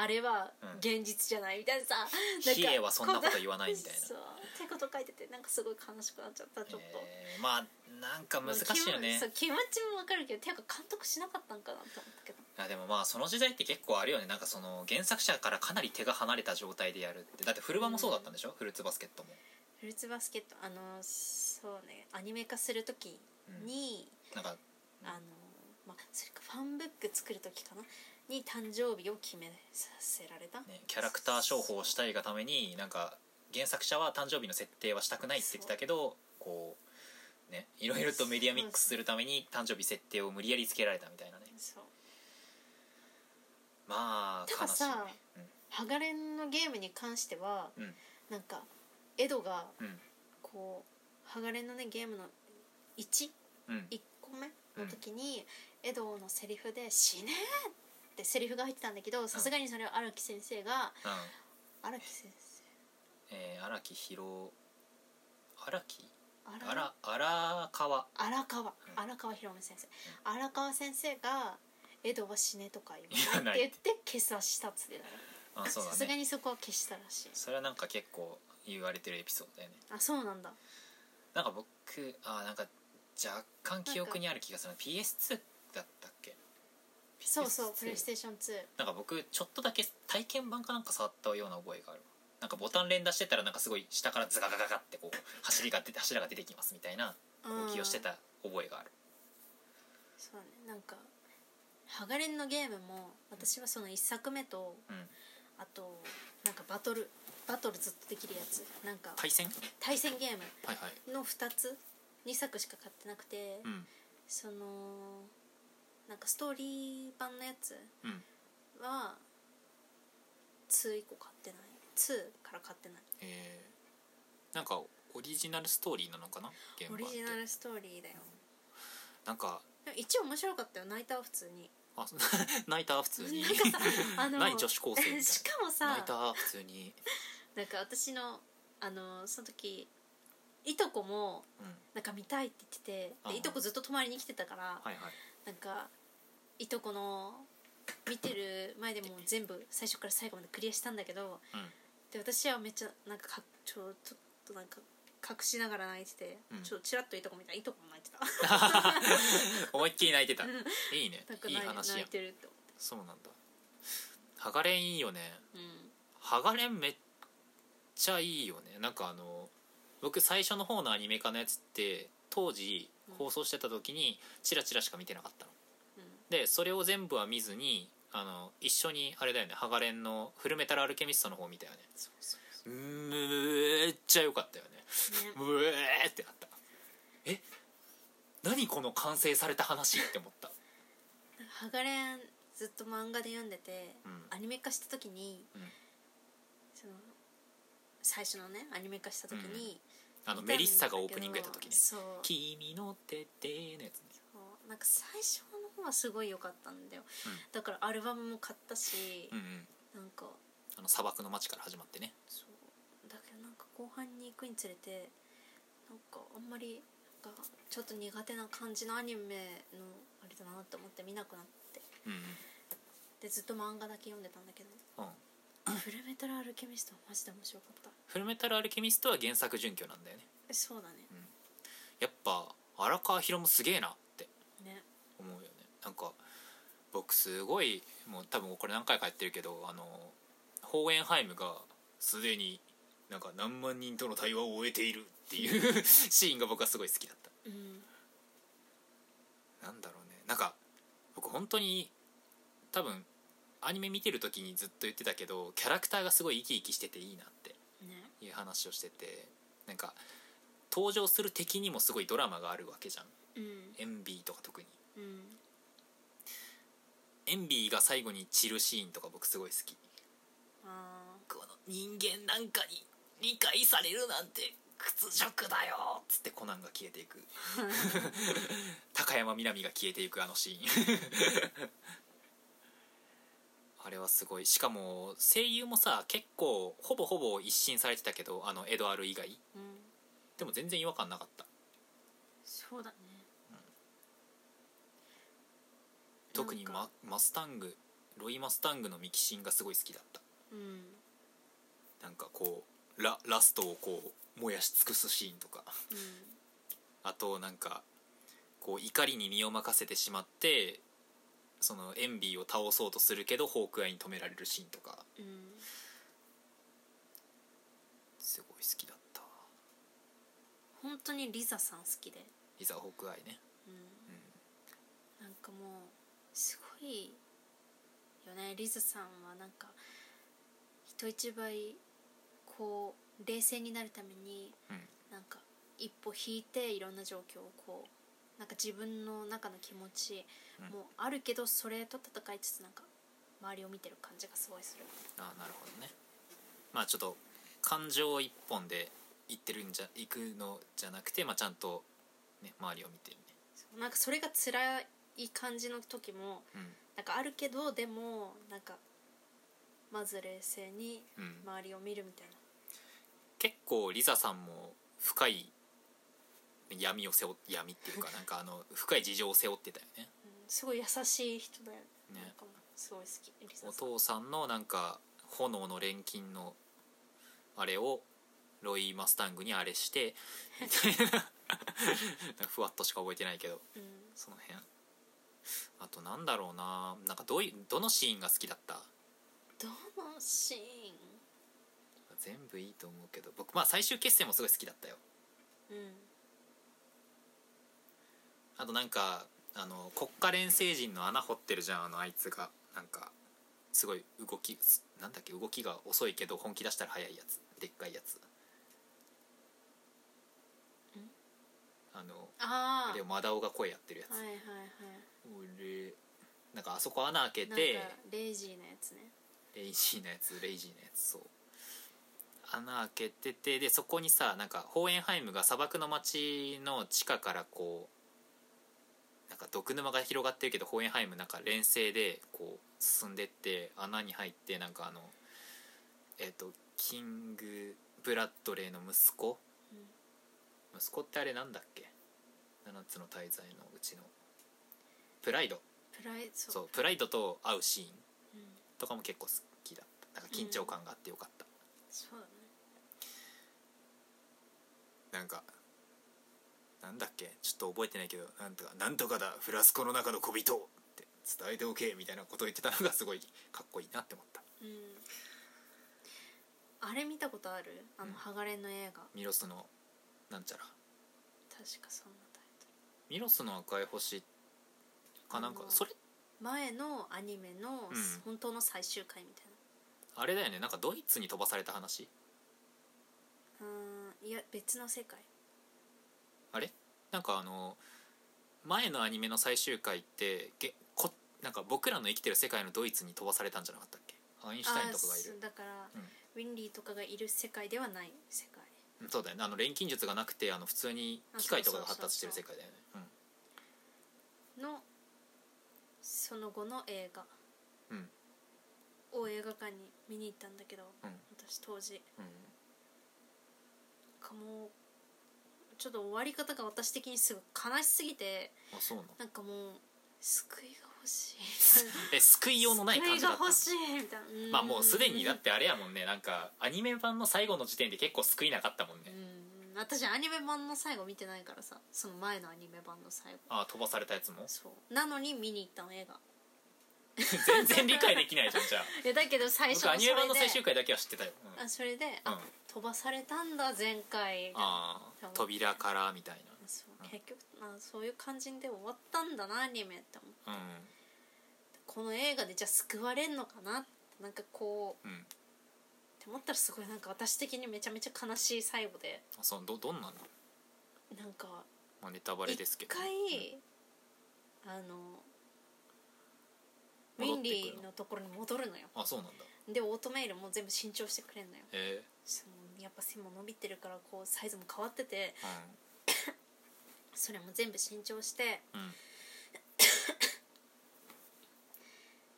あれはうん現実じゃないみたいなさ、なんか比叡はそんなこと言わないみたいなそうってこと書いててなんかすごい悲しくなっちゃったちょっと、えーまあなんか難しいよねそう気持ちもわかるけどていうか監督しなかったんかなって思ったけどあでもまあその時代って結構あるよねなんかその原作者からかなり手が離れた状態でやるってだってフルバもそうだったんでしょ、フルーツバスケットも、フルーツバスケットあのそうねアニメ化する時うんに、なんかうんあのまあそれかファンブック作る時かなに誕生日を決めさせられた、ね、キャラクター商法をしたいがためになんか原作者は誕生日の設定はしたくないって言ってたけどこうねいろいろとメディアミックスするために誕生日設定を無理やりつけられたみたいなねそうまあた悲だしいねさハガレンのゲームに関してはうんうんなんかエドがうんこうハガレンのねゲームの1うん1個目の時に、エドのセリフで「死ね!」ってセリフが入ってたんだけどさすがにそれを荒木先生がうん荒木先生えー荒木宏荒木荒荒荒川荒川ん荒川博美先生荒川先生が「エドは死ね」とか言言わわなないいって言って消さしたっつってたねあそうさすだがねにそこは消したらしいそれはなんか結構言われてるエピソードだよねあそうなんだなんか僕あーなんか若干記憶にある気がする PS2 だったっけそうそう PS2 プレイステーション2なんか僕ちょっとだけ体験版かなんか触ったような覚えがあるなんかボタン連打してたらなんかすごい下からズガガガガってこう走りが出て柱が出てきますみたいな動きをしてうんた覚えがあるそうねなんかハガレンのゲームも私はその1作目とうんあとなんかバトルバトルずっとできるやつなんか対戦対戦ゲームはいはいの2つ2作しか買ってなくて、うんそのなんかストーリー版のやつうんは2以降買ってない2から買ってないえー、なんかオリジナルストーリーなのかなゲーオムリ版ってジナルストーリーだよなんかでも一応面白かったよ泣いたわ普通にあ (laughs) 泣いた普通になんかさあの (laughs) ない女子高生みたいな (laughs) しかも泣いさた普通になんか私のあのその時いとこもうんなんか見たいって言ってあてーでいとこずっと泊まりに来てたからはいはいなんかいとこの見てる前でもう全部最初から最後までクリアしたんだけどで私はめっちゃなんかかちょちょっとなんか隠しながら泣いてて、うんちょっとチラッといとこ見たらいとこも泣いてたうん思いっきり泣いてたいい (laughs) ねなんか (laughs) いい泣い話泣やいんてるってそうなんだハガレンいいよね思って、ハガレンめっちゃいいよねなんかあの僕最初の方のアニメ化のやつって当時うん放送してた時にチラチラしか見てなかったのうんうん、でそれを全部は見ずにあの一緒にあれだよねハガレンの「フルメタルアルケミスト」の方見たよねそうそうそめっちゃ良かったよねう、ね、うえーってなったえ何この完成された話って思ったハガレンずっと漫画で読んでて、うんアニメ化した時に、うんその最初のねアニメ化した時に、あのメリッサがオープニングやった時ねそう「君の手で」のやつねそうなんか最初の方はすごい良かったんだよ、うんだからアルバムも買ったしう、んうんなんかあの砂漠の街から始まってねそうだけどなんか後半に行くにつれてなんかあんまりなんかちょっと苦手な感じのアニメのあれだなと思って見なくなってうんうんでずっと漫画だけ読んでたんだけ (laughs) どうん「フルメタル・アルケミスト」はマジで面白かったフルメタルアルケミストは原作準拠なんだよねえそうだねやっぱ荒川博もすげえなってね思うよねなんか僕すごいもう多分これ何回かやってるけどあのホーエンハイムがすでになんか何万人との対話を終えているっていうシーンが僕はすごい好きだっうんたなんだろうねなんか僕本当に多分アニメ見てる時にずっと言ってたけどキャラクターがすごい生き生きしてていいなってねいう話をしててなんか登場する敵にもすごいドラマがあるわけじゃんうんエンビーとか特にうんエンビーが最後に散るシーンとか僕すごい好きあこの人間なんかに理解されるなんて屈辱だよっつってコナンが消え (laughs) ていく高山みなみが消えていくあのシーン (laughs) あれはすごいしかも声優もさ結構ほぼほぼ一新されてたけどあのエドアル以外ーうんでも全然違和感なかったそうだね特になんかママスタングロイ・マスタングのミキシンがすごい好きだったうんなんかこうララストをこう燃やし尽くすシーンとかうあとなんかこう怒りに身を任せてしまってそのエンビーを倒そうとするけどホークアイに止められるシーンとかんうんすごい好きだった本当にリザさん好きで、いざホークアイね、うん、うん、なんかもうすごいよねリザさんはなんか人一倍こう冷静になるためにうんなんか一歩引いていろんな状況をこうなんか自分の中の気持ちうんもあるけどそれと戦いつつなんか周りを見てる感じがすごいするああなるほどねまあちょっと感情一本でいってるんじゃいくのじゃなくて、まあ、ちゃんと、ね、周りを見てるねそうなんかそれが辛い感じの時もなんかあるけどでもなんかまず冷静にうん、うん周りを見るみたいな結構リザさんも深い闇を背負っ闇っていうかなんかあの深い事情を背負ってたよねうんすごい優しい人だよねねなんかもうすごい好きリサおさん父さんのなんか炎の錬金のあれをロイ・マスタングにあれしてみたいなふわっとしか覚えてないけどうんその辺あとなんだろうななんかどういうどのシーンが好きだったどのシーン全部いいと思うけど僕まあ最終決戦もすごい好きだったようんあとなんかあの国家錬成人の穴掘ってるじゃんあのあいつがなんかすごい動きすなんだっけ動きが遅いけど本気出したら速いやつでっかいやつあのあああれをマダオが声やってるやつ、はいはいはい俺なんかあそこ穴開けなんかてレイジーなやつねレイジーなやつレイジーなやつそう穴開けててでそこにさなんかホーエンハイムが砂漠の町の地下からこうなんか毒沼が広がってるけどホーエンハイムなんか連成でこう進んでって穴に入ってなんかあのえっ、とキング・ブラッドレーの息子、息子ってあれなんだっけ7つの大罪のうちのプライドプライそうそうプライドと会うシーンうん、とかも結構好きだったなんか緊張感があってよかった、そうだねなんかなんだっけちょっと覚えてないけどなんとか「なんとかだフラスコの中の小人」って伝えておけみたいなことを言ってたのがすごいかっこいいなって思ったうんあれ見たことあるあうのんハガレンの映画ミロスのなんちゃら確かそんなタイトミロスの赤い星かなんかあのそれル前のアニメのうん本当の最終回みたいあれだよねなんかドイツに飛ばされた話なうんいや別の世界あれなんかあの前のアニメの最終回ってげこなんか僕らの生きてる世界のドイツに飛ばされたんじゃなかったっけアインシュタインとかがいあーるすだから、うんウィンリーとかがいる世界ではない世界うんそうだよねあの錬金術がなくてあの普通に機械とかが発達してる世界だよねうんのその後の映画うんを映画館に見に行ったんだけどうん私当時うんなんかもうちょっと終わり方が私的にすごい悲しすぎてあそうなのなんかもう救いが欲しい (laughs) え救いようのない感じだった救いがの欲しいみたいなまあもうすでにだっってあれやもんねなんかアニメ版の最後の時点で結構救いなかったもんね、うん私アニメ版の最後見てないからさその前のアニメ版の最後あ飛ばされたやつもそうなのに見に行ったの映画全然理解できないじゃんじゃあいやだけど (laughs) 最初僕のアニメ版のそれ最で終回だけは知ってたよ、うんあそれで、うんあ飛ばされたんだ前回ああ扉からみたいそううん結局、まあ、そういう感じで終わったんだなアニメって思ってなこの映画でじゃあ救われんのかなってなんかこうんうんうって思ったらすごいなんか私的にめちゃめちゃ悲しい最後であそうどどんなの、なんかまあ、ネタバレですけ一ど、回、あのウィ戻っンてくるのリーのところに戻るのよあそうなんだでオートメイルも全部新調してくれんのよへそのやっぱ背も伸びてるからこうサイズも変わっててえそれも全部新調してうんうん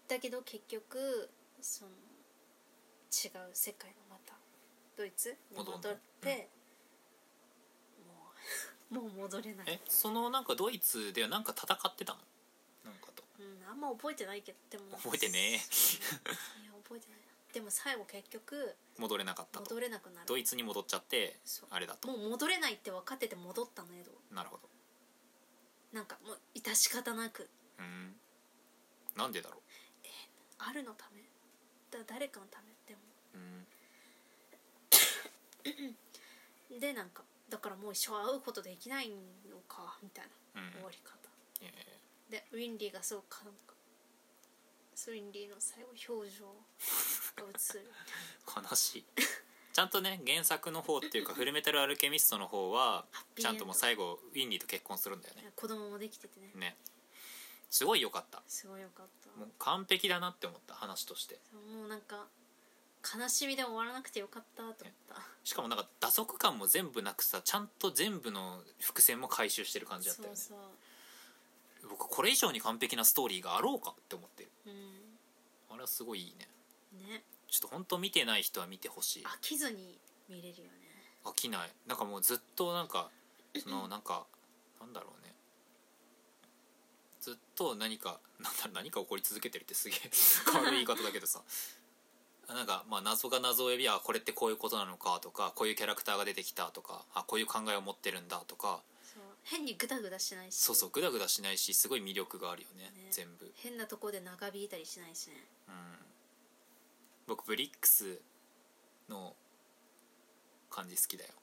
だけど結局その違う世界のまたドイツに戻戻っんのて、もう (laughs) 戻れないえそのなんかドイツではなんか戦ってたのなんかとうんあんま覚えてないけどでも覚えてねえいや覚えてないなでも最後結局戻れなかったと戻れなくなるドイツに戻っちゃってそうあれだともう戻れないって分かってて戻ったのエドなるほどなんかもう致し方なくうんなんでだろあるのためだ誰かのためでううんもでなんかだからもう一生会うことできないのかみたいなうん終わり方ええでウィンリーがすごくなんかウィンリーの最後表情が映 (laughs) る悲しいちゃんとね原作の方っていうかフルメタルアルケミストの方はハッピーエちゃンドんともう最後ウィンリーと結婚するんだよね子供もできててねねすごい良かったすごいよかったもう完璧だなって思った話としてもうなんか悲しみで終わらなくてよかったと思ったしかもなんか打足感も全部なくさちゃんと全部の伏線も回収してる感じだったそうよねそう僕これ以上に完璧なストーリーがあろうかって思ってるうんあれはすごいいいねねちょっと本当見てない人は見てほしい飽きずに見れるよね飽きないなんかもうずっとなんかそのなんかなんだろうねずっと何かなんだろう何か起こり続けてるってすげえ軽い言い方だけどさなんかまあ謎が謎を呼びあこれってこういうことなのかとかこういうキャラクターが出てきたとかあこういう考えを持ってるんだとかそう変にグダグダしないしそうそうグダグダしないしすごい魅力があるよねね全部変なとこで長引いたりしないしねうん僕ブリックスの感じ好きだよ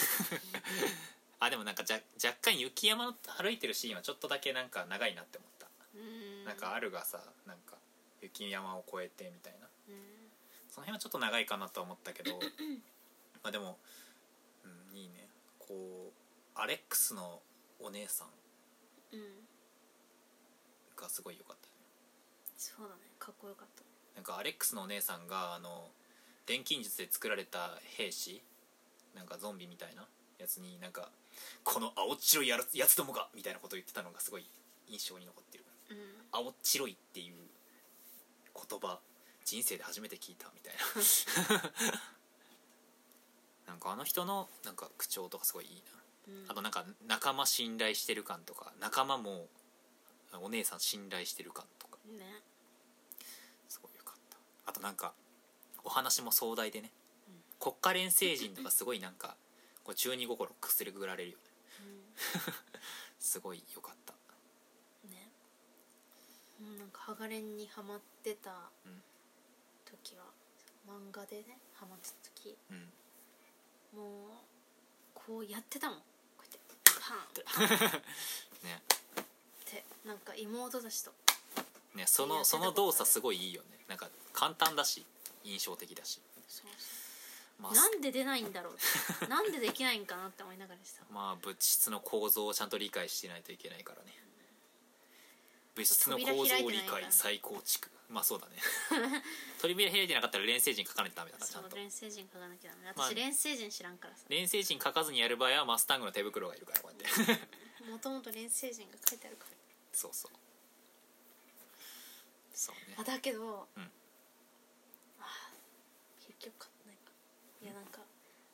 (laughs) あでもなんかじゃ若干雪山の歩いてるシーンはちょっとだけなんか長いなって思った、うんなんかアルがさなんか雪山を越えてみたいなうんその辺はちょっと長いかなとは思ったけどまあでも、うん、いいねこうアレックスのお姉さんうんがすごい良かったねそうだねかっこよかったなんかアレックスのお姉さんがあの錬金術で作られた兵士なんかゾンビみたいなやつになんか「この青白いやつやつどもが!」みたいなことを言ってたのがすごい印象に残ってるうん青白いっていう言葉人生で初めて聞いたみたい (laughs) ななんかあの人のなんか口調とかすごいいいうんなあとなんか仲間信頼してる感とか仲間もお姉さん信頼してる感とかねすごいよかったあとなんかお話も壮大でね、国家錬成人とかすごいなんかこう中二心くすぐられるよねすごいよかったうんねうんなんかハガレンにハマってたうん時は漫画でねハマってた時うんもうこうやってたもんこうやってパンねってなんか妹たちとねそのその動作すごいいいよねなんか簡単だし印象的だしまあなんで出ないんだろ (laughs) うなんでできないんかなって思いながらさまあ物質の構造をちゃんと理解してないといけないからね物質の扉構造開いをて理ないから解再構築まあそうだ (laughs) ね扉開いてなかったら錬成人書かないとダメだからちそゃんのと錬成人書かなきゃダメまあ私錬成人知らんからさ錬成人書かずにやる場合はマスタングの手袋がいるからこうやってもともと錬成人が書いてあるからそうそうそうねあだけど、うんああ結局買ってないかいやなんか、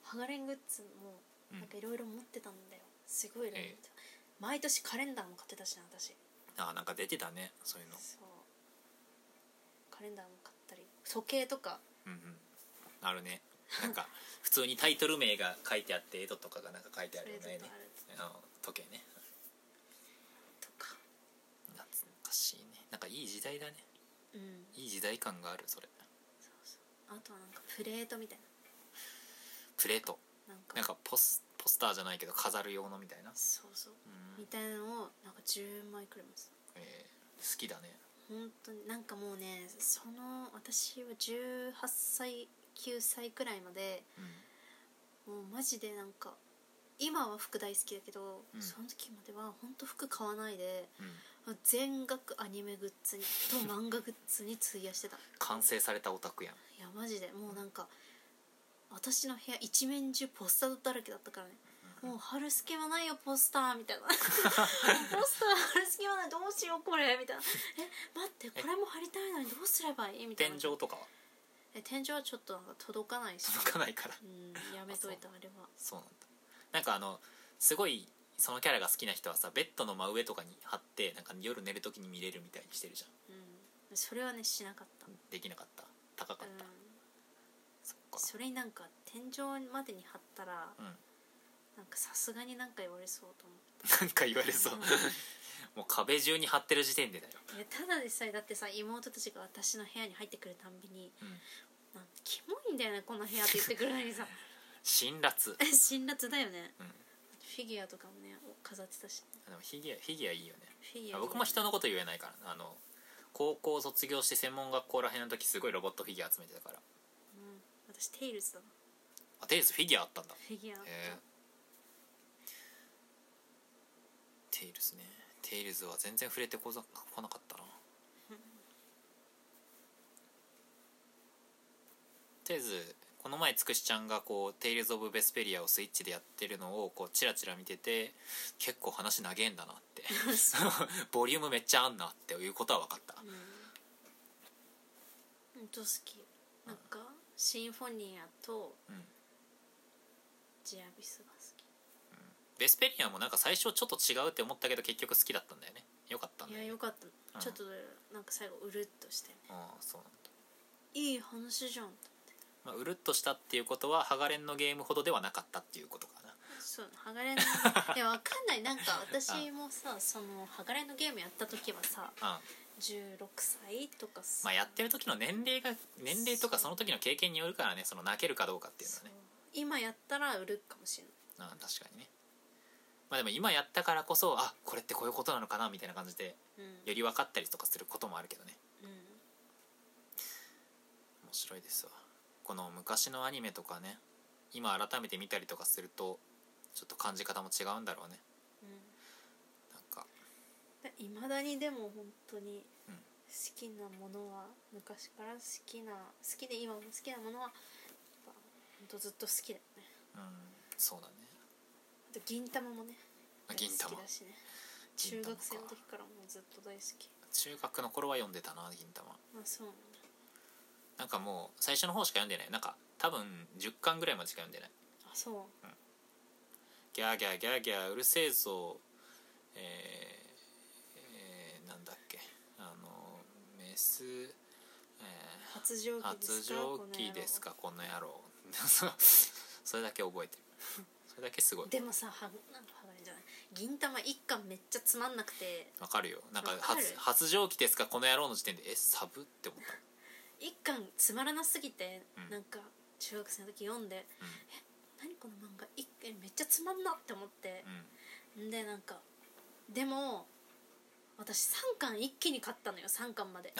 ハガレングッズもうんなんかいろいろ持ってたんだよすごい色々持ってたえ毎年カレンダーも買ってたしな私あなんか出てたねそういうのそうカレンダーも買ったり時計とかうんうんあるねなんか普通にタイトル名が書いてあって江戸とかがなんか書いてあるよそれねとかあるあの時計ねとか懐かしいねなんかいい時代だねうんいい時代感があるそれそうそうあとはなんかプレートみたいプレートななんかなんかポスポスターじゃないけど飾る用のみたいな、そうそううんみたいなのをなんか10枚くらい持ってたえー好きだね本当になんかもうねその私は18歳9歳くらいまでうんもうマジでなんか今は服大好きだけど、うんその時までは本当服買わないでうん全額アニメグッズにと漫画グッズに費やしてたい完成されたオタクやんやマジでもうなんか私の部屋一面中ポスターだらけだったからねもう貼る隙間ないよポスターみたい (laughs) なポスター貼る隙間ないどうしようこれみたいなえ待ってこれも貼りたいのにどうすればいいみたい天な井とかはえ天井はちょっとなんか届かないし、届かないからうん、やめといたあれはそうなんだなんかあのすごいそのキャラが好きな人はさベッドの真上とかに貼ってなんか夜寝る時に見れるみたいにしてるじうん、それはねしなかった、ゃんできなかった高かうった、ん、そっかそれになんか天井までに貼ったら、うん (laughs) なんかさすがになんか言われそうと思っなんか言われそううんもう壁中に貼ってる時点でだよ、ていやただでさえだってさ妹たちが私の部屋に入ってくるたんびにうん、 「なんかキモいんだよねこの部屋」って言ってくる (laughs) のにさ辛辣辛辣だよね、うんフィギュアとかもね飾ってたしねでもフィギュアフィギュアいいよねフィギュアあ僕も人のこと言えないからあの高校卒業して専門学校らへんの時すごいロボットフィギュア集めてたからうん、私テイルズだなあテイルズフィギュアあったんだフィギュアへえテイルズねテイルズは全然触れてこざこなかったなテイルズこの前つくしちゃんがこう「テイルズ・オブ・ベスペリア」をスイッチでやってるのをこうチラチラ見てて結構話長えんだなってボリュームめっちゃあんなっていうことは分かったうんうんと好きなんかシンフォニアとうんジアビスが好きベスペリアもなんか最初ちょっと違うって思ったけど結局好きだったんだよねよかったんいだやよねよかっうんたちょっとなんか最後うるっとしてねああそうなんだいい話じゃんとまあ、うるっとしたっていうことはハガレンのゲームほどではなかったっていうことかなそうハガレン (laughs) のいやわかんないなんか私もさそのハガレンのゲームやった時はさうん16歳とかさまあやってる時の年齢が年齢とかその時の経験によるからねその泣けるかどうかっていうのはね今やったら売るかもしれないうん確かにねまあでも今やったからこそあこれってこういうことなのかなみたいな感じでうより分かったりとかすることもあるけどねんうん面白いですわこの昔のアニメとかね今改めて見たりとかするとちょっと感じ方も違うんだろうねなんかいまだにでも本当にうん好きなものは昔から好きな好きで今も好きなものはやっぱ本当ずっと好きだよねうんそうだねあと銀玉もねあ銀好玉きだしね銀玉中学か生の時からもうずっと大好き中学の頃は読んでたな銀玉まあそうなんだなんかもう最初の方しか読んでないなんか多分10巻ぐらいまでしか読んでないあそうギャーギャーギャーギャーうるせえぞえーえーなんだっけあのメス、え発情ー、期です発か情期ですかこの野郎 (laughs) そうそれだけ覚えてるそれだけすごいこの野郎でもさはなんかはがれじゃない銀玉一巻めっちゃつまんなくてわかるよなんかわかる発発情期ですかこの野郎の時点でえサブって思った一巻つまらなすぎて、うんなんか中学生の時読んで、うんえ何この漫画一えめっちゃつまんなって思ってう、ん (laughs) んでなんかでも私3巻一気に買ったのよ3 (laughs) 巻まで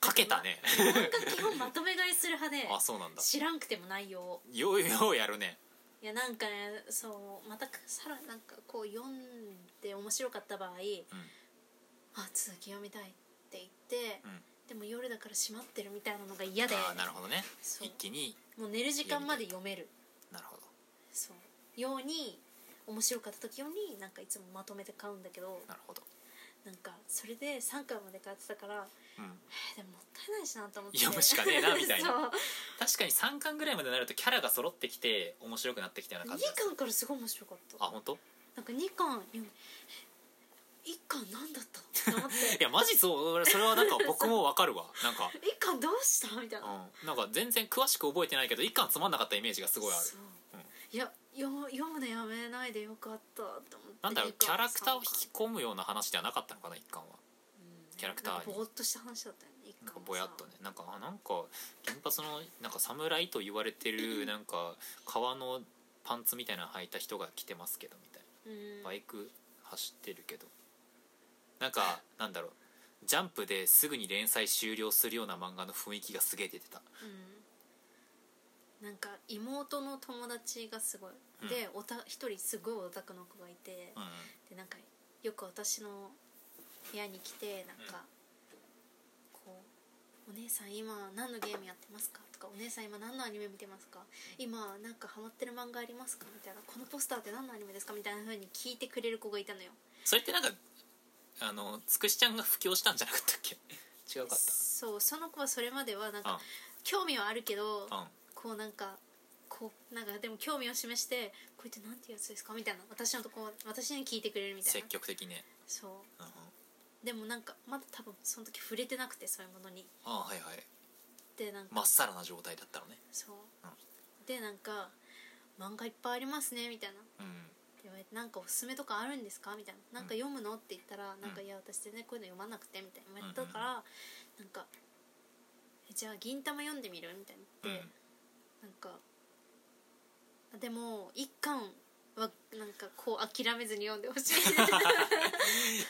かけたね漫画基本まとめ買いする派であそうなんだ知らんくても内容をようようやるねいやなんかねそうまたさらなんかこう読んで面白かった場合うんあ続き読みたいって言って、うんでも夜だから閉まってるみたいなのが嫌でああなるほどねそう一気にもう寝る時間まで読めるなるほどそうように面白かった時用になんかいつもまとめて買うんだけどなるほど、なんかそれで3巻まで買ってたからうん、えーでももったいないしなと思って読むしかねえなみたいな (laughs) そう確かに3巻ぐらいまでなるとキャラが揃ってきて面白くなってきたような感じがする2巻からすごい面白かったあ本当？なんか2巻読む1巻何だったのって思っ (laughs) ていやマジそう俺それはなんか僕もわかるわ (laughs) なんか、 1巻どうしたみたいな、うん、なんか全然詳しく覚えてないけど1巻つまんなかったイメージがすごいあるそううんいや読む読むのやめないでよかったって思ってなんだろう二キ巻ャラクターを引三き込むような話ではなかったのかな1巻は巻キャラクターになんかぼーっとした話だったよね一なんか巻ぼやっとねなんかあなんか金髪のなんか侍と言われてるなんか革のパンツみたいなの履いた人が来てますけどみたいなうんバイク走ってるけどなんかなんだろうジャンプですぐに連載終了するような漫画の雰囲気がすげえ出てたうんなんか妹の友達がすごい、うんでおた一人すごいオタクの子がいて、うんでなんかよく私の部屋に来てなんか、こう「お姉さん今何のゲームやってますか?」とか「お姉さん今何のアニメ見てますか?」「今なんかハマってる漫画ありますか?」みたいな「このポスターって何のアニメですか?」みたいな風に聞いてくれる子がいたのよそれってなんかあのつくしちゃんが布教したんじゃなかったっけ違うかったそうその子はそれまではなんかう興味はあるけどんうんこうなんかここうなんかでも興味を示して「これってなんていうやつですか?」みたいな私のとこ私に聞いてくれるみたい積な極的ね、そううんうん、でもなんかまだ多分その時触れてなくてそういうものにあはいはいでなんか、まっさらな状態だったのねそう、でなんか「漫画いっぱいありますね」みたいなうん言われて「なんかおすすめとかあるんですか?」みたいな「なんか読むの?」って言ったら「なんかいや私全然こういうの読まなくて」みたいな言われたから「なんかえじゃあ銀玉読んでみる?」みたいな言って、なんかあでも一巻はなんかこう諦めずに読んでほしい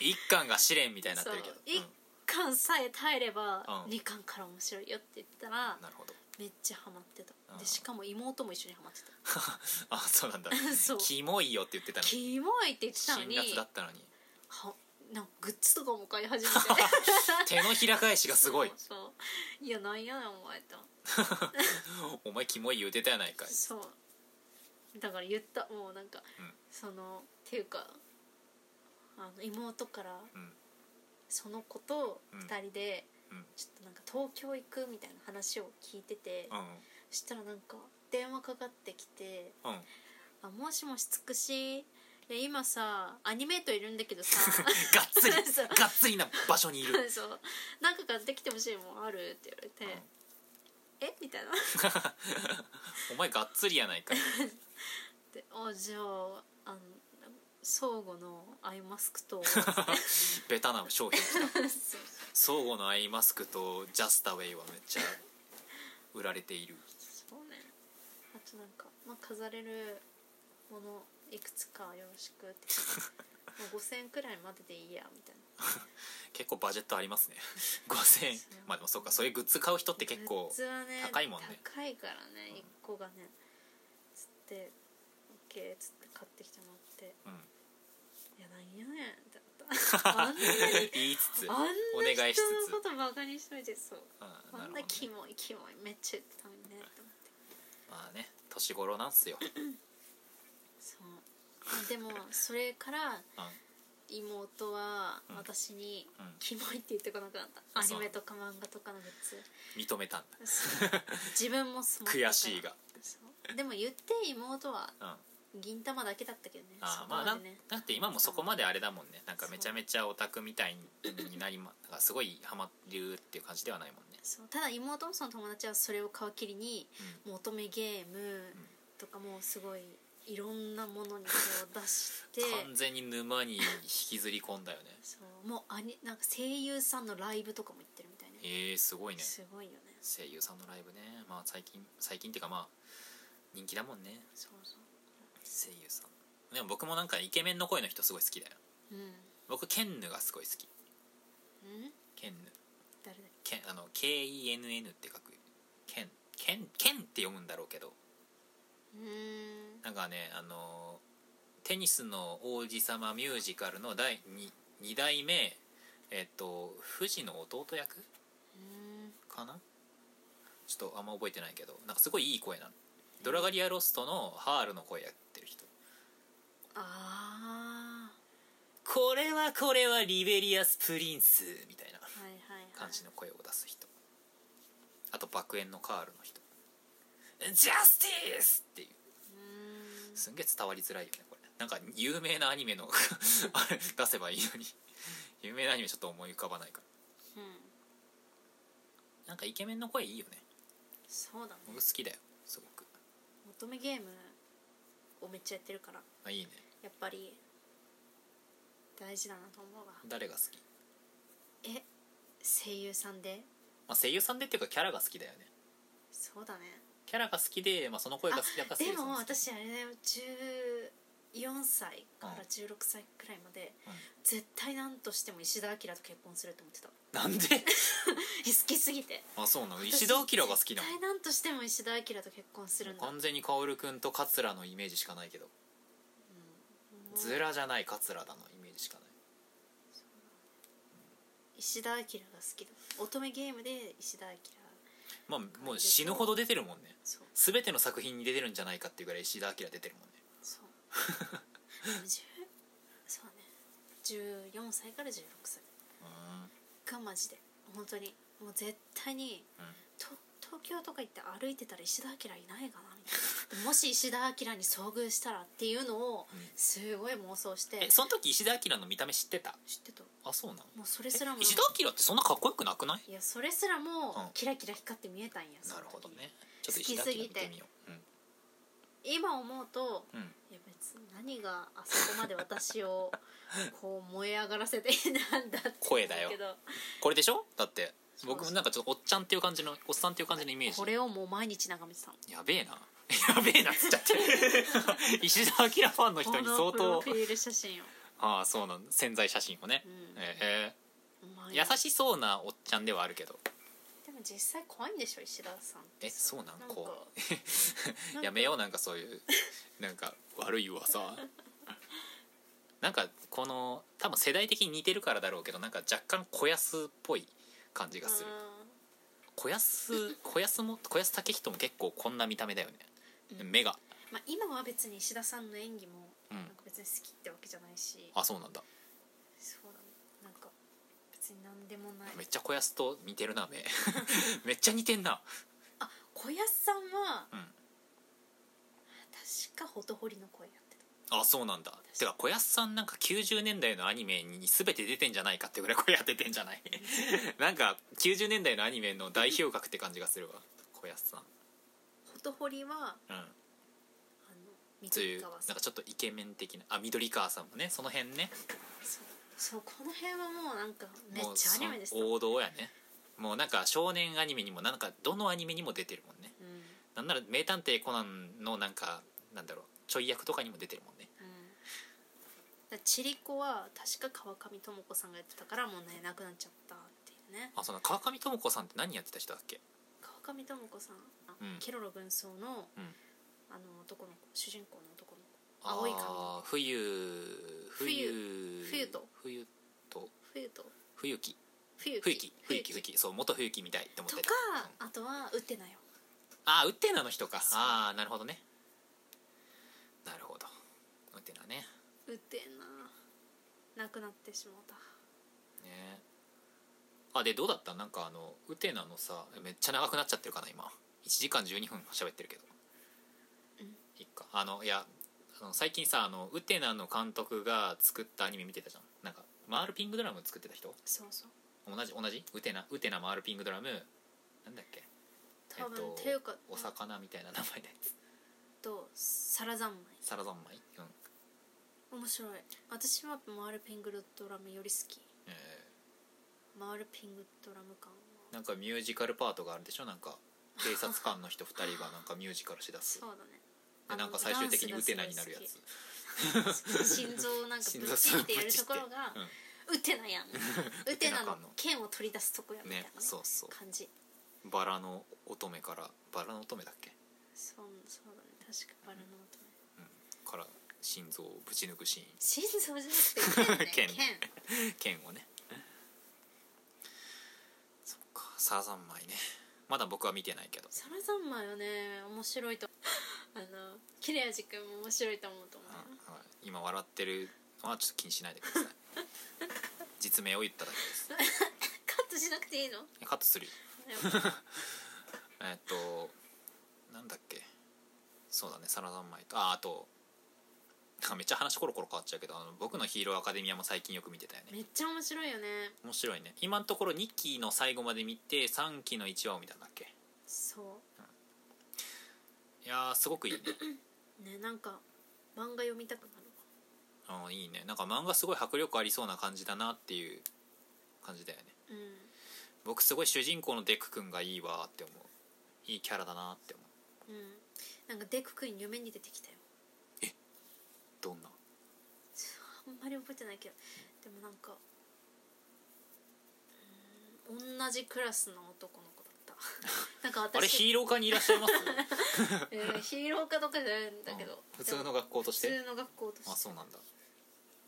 一巻が試練みたいになってるけどそう一巻さえ耐えればうん二巻から面白いよって言ったらうん、なるほどめっちゃハマってたうんでしかも妹も一緒にハマってたあそうなんだそうキモいよって言ってたのにキモいって言ってたの辛に辣だったのにはなんかグッズとかも買い始めて (laughs) 手のひら返しがすごいそうそういやなんやねんお前とお前キモい言うてたやないかいそうだから言ったもうなんか、うんそのっていうかあの妹からうんその子とうん2人で、うんちょっとなんか東京行くみたいな話を聞いてて、うんそしたらなんか電話かかってきてうん (laughs) 「あもしもしつくしいや今さアニメートいるんだけどさがっつりそうがっつりな場所にい (laughs) るそうなんか買ってきてほしいもんある?」って言われて「えみたいなお前がっつりやないかいであじゃああの相互のアイマスク (laughs) とベタな商品きた相互のアイマスクとジャスタウェイはめっちゃ売られているそうねあとなんか、まあ、飾れるものいくつかよろしくって (laughs) もう5,000円くらいまででいいやみたいな結構バジェットあります (laughs) ね5000円まあでもそうかそういうグッズ買う人って結構グッズはね高いもんね高いからねうん1個がねつって OK っつって買ってきてもらってうん「いやなんやねん」ってなっ (laughs) たあんなに言いつつあんおな願いしつ人つのことバカにしといてそううんあなるんほどなねキモいキモいめっちゃ言ってたのにねって思って。まあね年頃なんすよそうまあでもそれからうん妹はうん私にうん「キモい」って言ってこなくなった、あアそうニメとか漫画とかのグッズ認めたんだそう自分もそう思ったから悔しいがそうでも言って妹はうん銀玉だけだったけどねあそーまこあまだでねだって今もそこまであれだもんねなんかめちゃめちゃオタクみたいになりまなんかすごいハマるっていう感じではないもんねそうただ妹もその友達はそれを皮切りにもう乙女ゲームとかもうすごいいろんなものに手を出して完全に沼に引きずり込んだよねそうもうアニなんか声優さんのライブとかも行ってるみたいねえー、すごいねすごいよね声優さんのライブねまあ最近最近っていうかまあ人気だもんねそうそう声優さんでも僕もなんかイケメンの声の人すごい好きだようん僕ケンヌがすごい好きうんケンヌ誰だっケンあの KENN って書くケンケンケンって読むんだろうけどけうーんなんかねあのテニスの王子様ミュージカルの第 2, 2代目えっと藤の弟役かなちょっとあんま覚えてないけどなんかすごいいい声なのドラガリア・ロストのハールの声やってる人あこれはこれはリベリアス・プリンスみたいなあはいはいはい感じの声を出す人あと爆炎のカールの人ジャスティスっていううーんすんげえ伝わりづらいよねこれなんか有名なアニメの (laughs) あれ出せばいいのに有名なアニメちょっと思い浮かばないからうんなんかイケメンの声いいよねそうだね僕好きだよすごく乙女ゲームをめっちゃやってるからあいいねやっぱり大事だなと思うわ誰が好き、え声優さんでまあ、声優さんでっていうかキャラが好きだよねそうだねキャラが好きで、まあ、その声が好きだから声優でさんも好き私あれだよ14歳から16歳くらいまで、うん絶対何としても石田明と結婚すると思ってたなんでえ好きすぎてあそうなの石田明が好きな絶の対何としても石田明と結婚するんだ完全に薫君と桂のイメージしかないけどズラじゃない桂だのイメージしかない石田明が好きだ乙女ゲームで石田明まあもう死ぬほど出てるもんねそう全ての作品に出てるんじゃないかっていうぐらい石田明出てるもんねそうでも10そうね14歳から16歳がマジで本当にもう絶対にうんと東京とか行って歩いてたら石田明いないかなみたいもし石田明に遭遇したらっていうのをうんすごい妄想して、えその時石田明の見た目知ってた知ってたあそうなのもうそれすらも石田明ってそんなかっこよくなくないいやそれすらうんもキラキラ光って見えたんや、そなるの時ほどねちょっと石田明見てみよう今思うとうん、うん、いや別に何があそこまで私をこう燃え上がらせてなんだって声だよけどこれでしょだってそう僕もなんかちょっとおっちゃんっていう感じのおっさんっていう感じのイメージこれをもう毎日眺めてたのやべえな (laughs) やべえなっつっちゃって (laughs) 石田明ファンの人に相この当プロフィール写真を、ああそうなん潜在写真をね、うんええ毎日優しそうなおっちゃんではあるけどでも実際怖いんでしょ石田さんってえそうなんなんかこうやめようなんかそういうなんか悪い噂なんかこの多分世代的に似てるからだろうけどなんか若干小安っぽい感じがする小安小安も小安武人も結構こんな見た目だよね、うん目がまあ、今は別に石田さんの演技もうんなんか別に好きってわけじゃないし、あそうなんだそうだねなんか別に何でもないめっちゃ小安と似てるな目めっちゃ似てんなあ小安さんはうん確かほとほりの声やってあそうなんだてか小安さんなんか90年代のアニメに全て出てんじゃないかってぐらいこれやっててんじゃない (laughs) なんか90年代のアニメの代表格って感じがするわ小安さんたほとほりはうんあのとい緑うなん川かさんちょっとイケメン的なあ緑川さんもねその辺ねそうそうこの辺はもうなんかめっもうちゃアニメでしそたの王道やねもうなんか少年アニメにもなんかどのアニメにも出てるもんねうんうんなんなら名探偵コナンのなんかなんだろうちょい役とかにも出てるもんねだちりこは確か川上智子さんがやってたからもうねなくなっちゃったっていうねあそうなん川上智子さんって何やってた人だっけ川上智子さん、あうんケロロ軍曹の、うんあの男の子主人公の男の子青い髪ああー冬冬冬と冬と冬と冬木冬木冬木冬木冬木そう元冬木みたいって思ってとたかあとは打ってなよああウッテナの人かああなるほどねなるほどウッテナね打ってななくなってしまったねあでどうだったなんかあのウテナのさめっちゃ長くなっちゃってるかな今1時間12分喋ってるけど、うんいっかあのいやあの最近さあのウテナの監督が作ったアニメ見てたじゃんなんかマールピングドラム作ってた人そうそう同じ同じウテナウテナマールピングドラムなんだっけ多分、えっとていうかお魚みたいな名前のやつとサラザンマイサラ三昧うん、面白い私は回るピングドラムより好きえ回るピングドラム感はーなんかミュージカルパートがあるでしょなんか警察官の人2人がなんかミュージカルしだすそうだねでなんか最終的にウテナになるやつつ心臓なん (laughs) か心ぶっ臓ちすぎっぐてやぶるちとってころがウテ (laughs) ナやんウテナの剣を取り出すとこやうみんたいなねねそうそう感じバラの乙女からバラの乙女だっけそうそうだね確かバラの音ねから心臓をぶち抜くシ心臓じゃなくて剣ね (laughs) 剣ー剣ン剣をねそっかサラザンマイねまだ僕は見てないけどサラ三昧はね面白いと (laughs) あの切れ味くんも面白いと思うと思ううんはい今笑ってるのはちょっと気にしないでくだ (laughs) さい実名を言っただけですカットしなくていいの (laughs) えカットするよやっぱえっとなんだっけそうだねサラダンマイとああとなんかめっちゃ話コロコロ変わっちゃうけどあの僕のヒーローアカデミアも最近よく見てたよねめっちゃ面白いよね面白いね今のところ2期の最後まで見て3期の1話を見たんだっけそいやーすごくいいねうねなんか漫画読みたくなるわあーいいねなんか漫画すごい迫力ありそうな感じだなっていう感じだよねうん僕すごい主人公のデク君がいいわーって思ういいキャラだなって思ううんなんかデク君夢に出てきたよどんなあんまり覚えてないけどでもなんかうーん同じクラスの男の子だった (laughs) なんかあれ私ヒーロー科にいらっしゃいますえーヒーローかどうかじゃない (laughs) んだけど、うん普通の学校としでもて普通の学校とあしてそうなんだ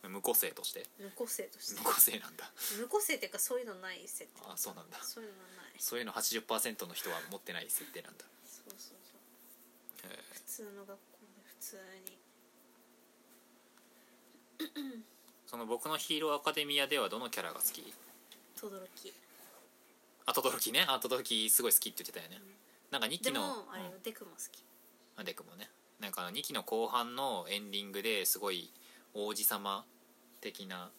無個性として無個性として無個性なんだ無個性っていうかそういうのない設定あそうなんだそういうのはないそういうの80%の人は持ってない設定なんだそうそうそうへー普通の学校で普通にその僕のヒーローアカデミアではどのキャラが好き轟あとどろきねあとどろきすごい好きって言ってたよねなんか2で期のもあれようんデクも好きアデクもねなんかあの2期の後半のエンディングですごい王子様的な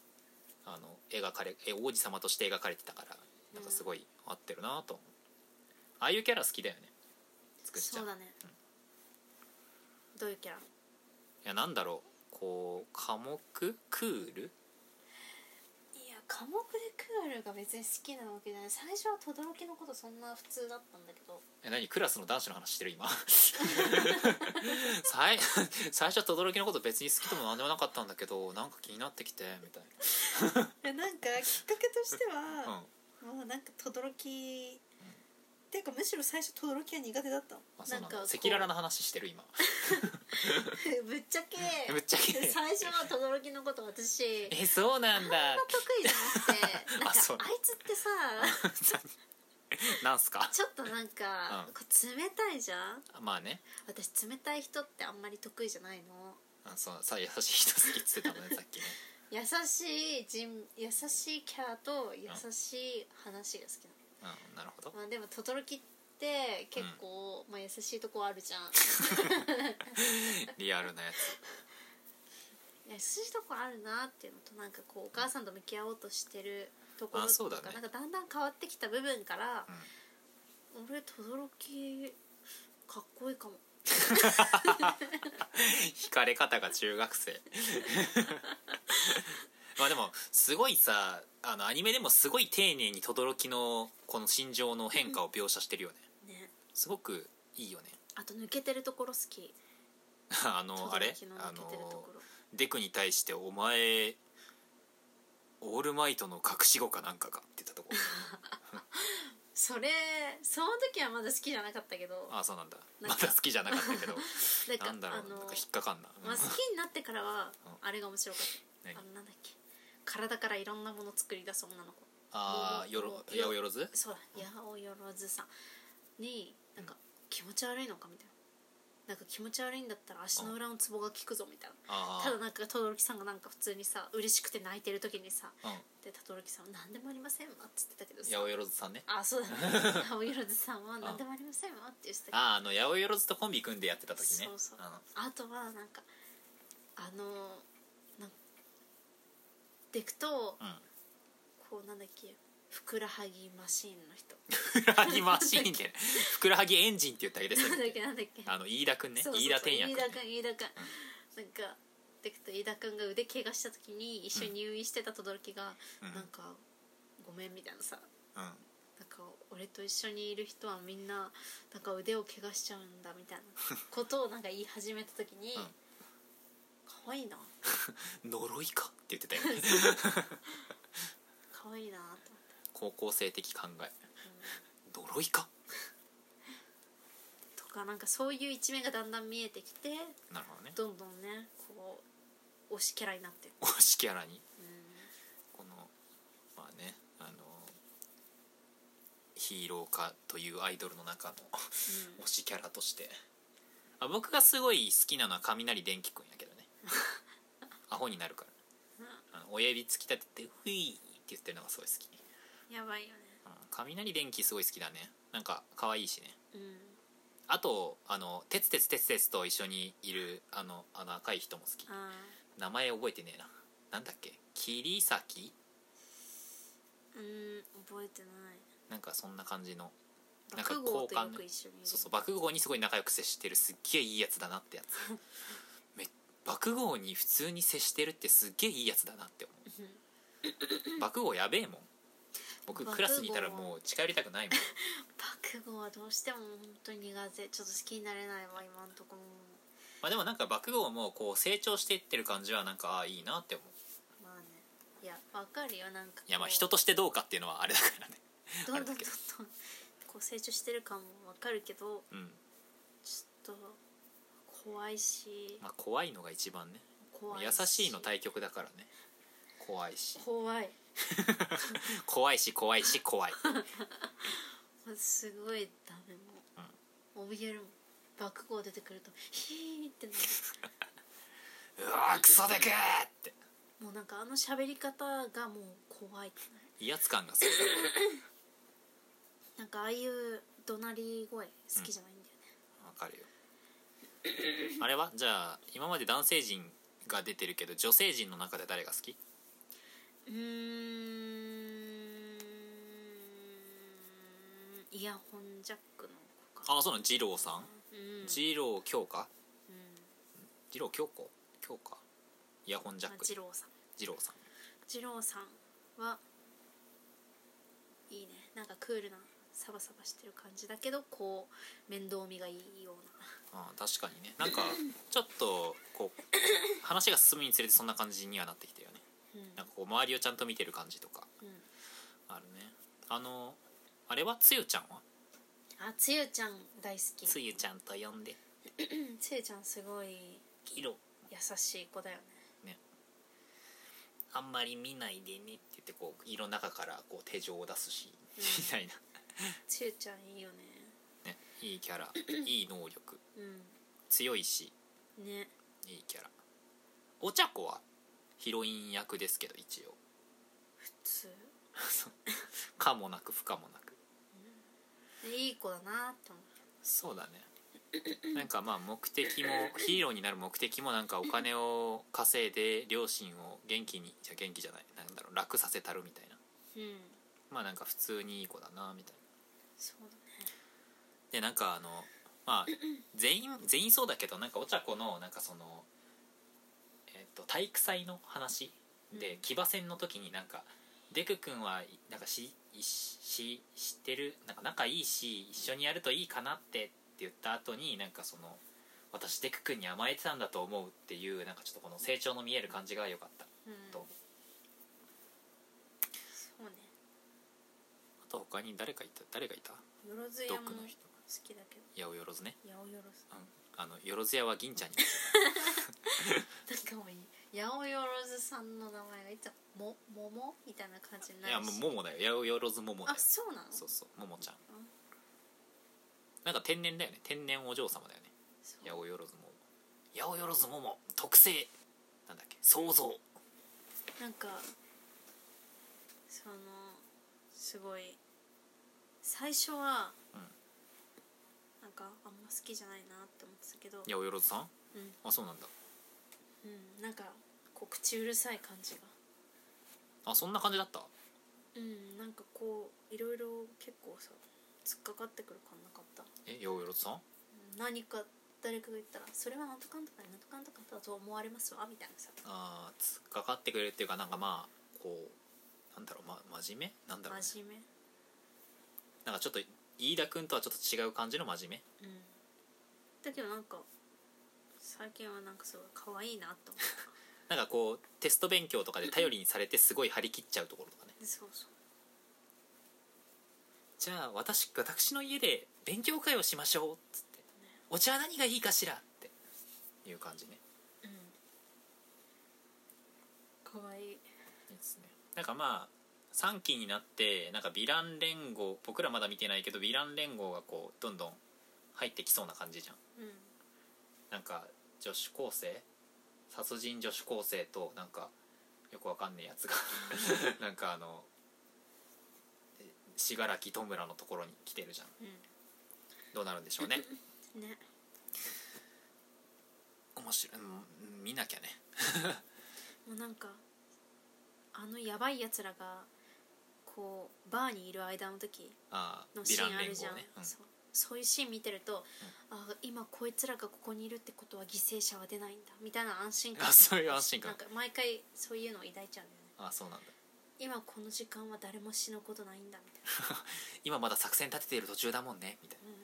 あの描かれえ王子様として描かれてたからなんかすごい合ってるなと思う、ああいうキャラ好きだよねつくしちゃそんういだね、どういうキャラやなんだろうこう寡黙クールいや寡黙でクールが別に好きなわけじゃない最初は轟のことそんな普通だったんだけ (laughs) どえ何クラスの男子の話してる (laughs) 今最 (laughs) 最初は轟のこと別に好きとも何でもなかったんだけどなんか気になってきてみたいいやなんかきっかけとして (laughs) な、うんは、もうなんか轟っていうかむしろ最初轟は苦手だったのあ、そうなんだなんかこ赤う裸々な話してる今ぶっちゃけ (laughs) ぶっちゃけ最初は轟のこ (laughs) と私得えそうなんだ (laughs) 意じゃなくてなんあそうかあいつってさなんすかちょっとなんか、うんこう冷たいじゃんまあね私冷たい人ってあんまり得意じゃないのあそうさ優しい人好きっつってたもん (laughs) ねさっきね優しい人優しいキャラと優しい話が好きなうんなるほどの、まあ、でも轟って結構、まあ、優しいとこあるじゃんリアルなや優しいとこあるなっていうのとなんかこうお母さんと向き合おうとしてるところあそとうだかねなんかだんだん変わってきた部分からつ、うん、俺轟かっこいいかも惹かれ方が中学生 (laughs) まあでもすごいさあのアニメでもすごい丁寧に轟のこの心情の変化を描写してるよねねすごくいいよねあと抜けてるところ好きあのあれ轟のあ抜けてるとのころデクに対して「お前オールマイトの隠し子かなんかか」って言ったとこそれその時はまだ好きじゃなかったけどああそうなんだなまんかだ好きじゃなかったけどなんかなんだろあうのなんか引っかかんな、うんまあ、好きになってからはうあれが面白かった何あのなんだっけ体からいろんなもの作り出す女の子ああよろ八百万ずそうだ八百万さんになんか気持ち悪いのかみたいななんか気持ち悪いんだったら足の裏のツボが効くぞみたいなあただなんか轟さんがなんか普通にさ嬉しくて泣いてる時にさあうんで轟さんは何でもありませんわって言ってたけど八さ百万さんねあそう (laughs) だね八百万さんは何でもありませんわって言ってたけどあああの八百万とコンビ組んでやってた時ねそうそうあのあとはなんかあのなんでくとうんこうなんだっけふくらはぎマシーン (laughs) の人ふくらはぎマシーンでふくらはぎエンジンって言った (laughs) らいいでなんだっすけなんだっけあの飯田くんねそうそうそう飯田天也くん飯ね田君飯田君なんかでくと飯田君が腕怪我した時に一緒に入院してた轟が、うんなんかごめんみたいなさうんなんか俺と一緒にいる人はみんななんか腕を怪我しちゃうんだみたいなことをなんか言い始めた時に、 (laughs) うん可愛いな呪いかって言っ (laughs) てたよね可愛いなと思って。高校生的考え呪いかとかなんかそういう一面がだんだん見えてきてなるほどねどんどんねこう推しキャラになってる、推しキャラにうこのまあねあのヒーロー化というアイドルの中の (laughs) ん推しキャラとしてあ僕がすごい好きなのは雷電気くんやけどね (laughs) アホになるからあの親指突き立てて「ふい」って言ってるのがすごい好き、ん、やばいよねうん雷電気すごい好きだねなんか可愛いしねうんあとあの「てつてつてつてつ」と一緒にいるあのあの赤い人も好きあ名前覚えてねえななんだっけ桐崎ーうん覚えてないなんかそんな感じのなんか爆豪と交よ換くね一緒にいるそうそう爆豪にすごい仲良く接してるすっげえいいやつだなってやつ (laughs) め爆豪に普通に接してるってすっげえいいやつだなって思う爆豪やべえもん僕爆豪クラスにいたらもう近寄りたくないもん爆豪はどうしても本当に苦手ちょっと好きになれないわ今んとこもまあでもなんか爆豪もこう成長していってる感じはなんかああいいなって思うまあねいやわかるよなんかこういやまあ人としてどうかっていうのはあれだからねどんあれどんどんだけどどんこう成長してる感もわかるけどうんちょっと怖いしまあ怖いのが一番ね怖い優しいの対極だからね怖いし怖い怖いし怖いし (laughs) 怖いすごいダメもう、怯えるもん爆豪出てくるとヒーってなるうわークソでけーってもうなんかあの喋り方がもう怖いってなる威圧感がすごいなんかああいう怒鳴り声好きじゃないんだよね、 (laughs) わかるよあれはじゃあ今まで男性陣が出てるけど女性陣の中で誰が好きうーんイヤホンジャックの子かあそうなの二郎さんうん二郎京香うん二郎京子京香イヤホンジャッまあク二郎さん二郎さん二郎さんはいいねなんかクールなサバサバしてる感じだけどこう面倒見がいいようなあー確かにねなんかちょっとこう (laughs) 話が進むにつれてそんな感じにはなってきてるよねうんなんかこう周りをちゃんと見てる感じとかうんあるねあのあれはつゆちゃんはあつゆちゃん大好きつゆちゃんと呼んでうんつゆちゃんすごい色優しい子だよねあんまり見ないでねって言ってこう色の中からこう手錠を出すし、みたいなつゆちゃんいいよねねいいキャラいい能力う強いしんねいいキャラお茶子はヒロイン役ですけど一応つ可もなく不可もなくねいい子だなって思そうだねなんかまあ目的もヒーローになる目的もなんかお金を稼いで両親を元気にじゃ元気じゃないなんだろう楽させたるみたいなううんまあなんか普通にいい子だなみたいなそうだねでなんかあのまあ全員全員そうだけどなんかお茶子のなんかそのえっと体育祭の話うでん騎馬戦の時になんかデク君はいなんかしいし知ってるなんか仲いいし一緒にやるといいかなってって言った後になんかその私デク君に甘えてたんだと思うっていうなんかちょっとこの成長の見える感じが良かったうんとそうねあと他に誰かいた誰がいたよろずドやッもク好の人きだけど八百万ね八百万あのよろずやは銀ちゃんになんかもうい八百万さんの名前がいつも「もも」みたいな感じにないるやもうももだよ八百万ももだよあそうなのそうそうももちゃんうんなんか天然だよね天然お嬢様だよねそう八百万もも八百万もも特性なんだっけ想像なんかそのすごい最初は、うんなんかあんま好きじゃないなって思ってたけど、八百万さんうんあそうなんだうん、なんかこう口うるさい感じがあそんな感じだったうんなんかこういろいろ結構さ突っかかってくる感なかったえ八百万さんうん何か誰かが言ったら「それはなんとかんとかになんとかんとかだと思われますわ」みたいなさあーつっかかってくれるっていうかなんかまあこうなんだろう、ま、真面目なんだろう、ね、真面なんかちょっと飯田君とはちょっと違う感じの真面目うんだけどなんか最近はなんかすごい可愛いなと思っ目なんかこうテスト勉強とかで頼りにされてすごい張り切っちゃうところとかねてそうそうじゃあ私私の家で勉強会をしましょうっつって「お茶は何がいいかしら?」っていう感じねうん可愛いいいですねなんかまあ3期になってなんかヴィラン連合僕らまだ見てないけどヴィラン連合がこうどんどん入ってきそうな感じじゃんうんなんか女子高生殺人女子高生となんかよくわかんねえやつがなんかあのえ信楽戸村のところに来てるじゃんどうなるんでしょうねうんね面白い、うん、見なきゃねもうなんかあのやばいやつらがこうバーにいる間の時ああのヴシィラーンンあ連る合じゃん、ね、うんそうそういうシーン見てると、あ今こいつらがここにいるってことは犠牲者は出ないんだみたいな安心感 (laughs) あそういう安心な感んか毎回そういうのを抱いちゃうんだよねあそうなんだ今この時間は誰も死ぬことないんだみたいな今まだ作戦立てている途中だもんねみたいなうん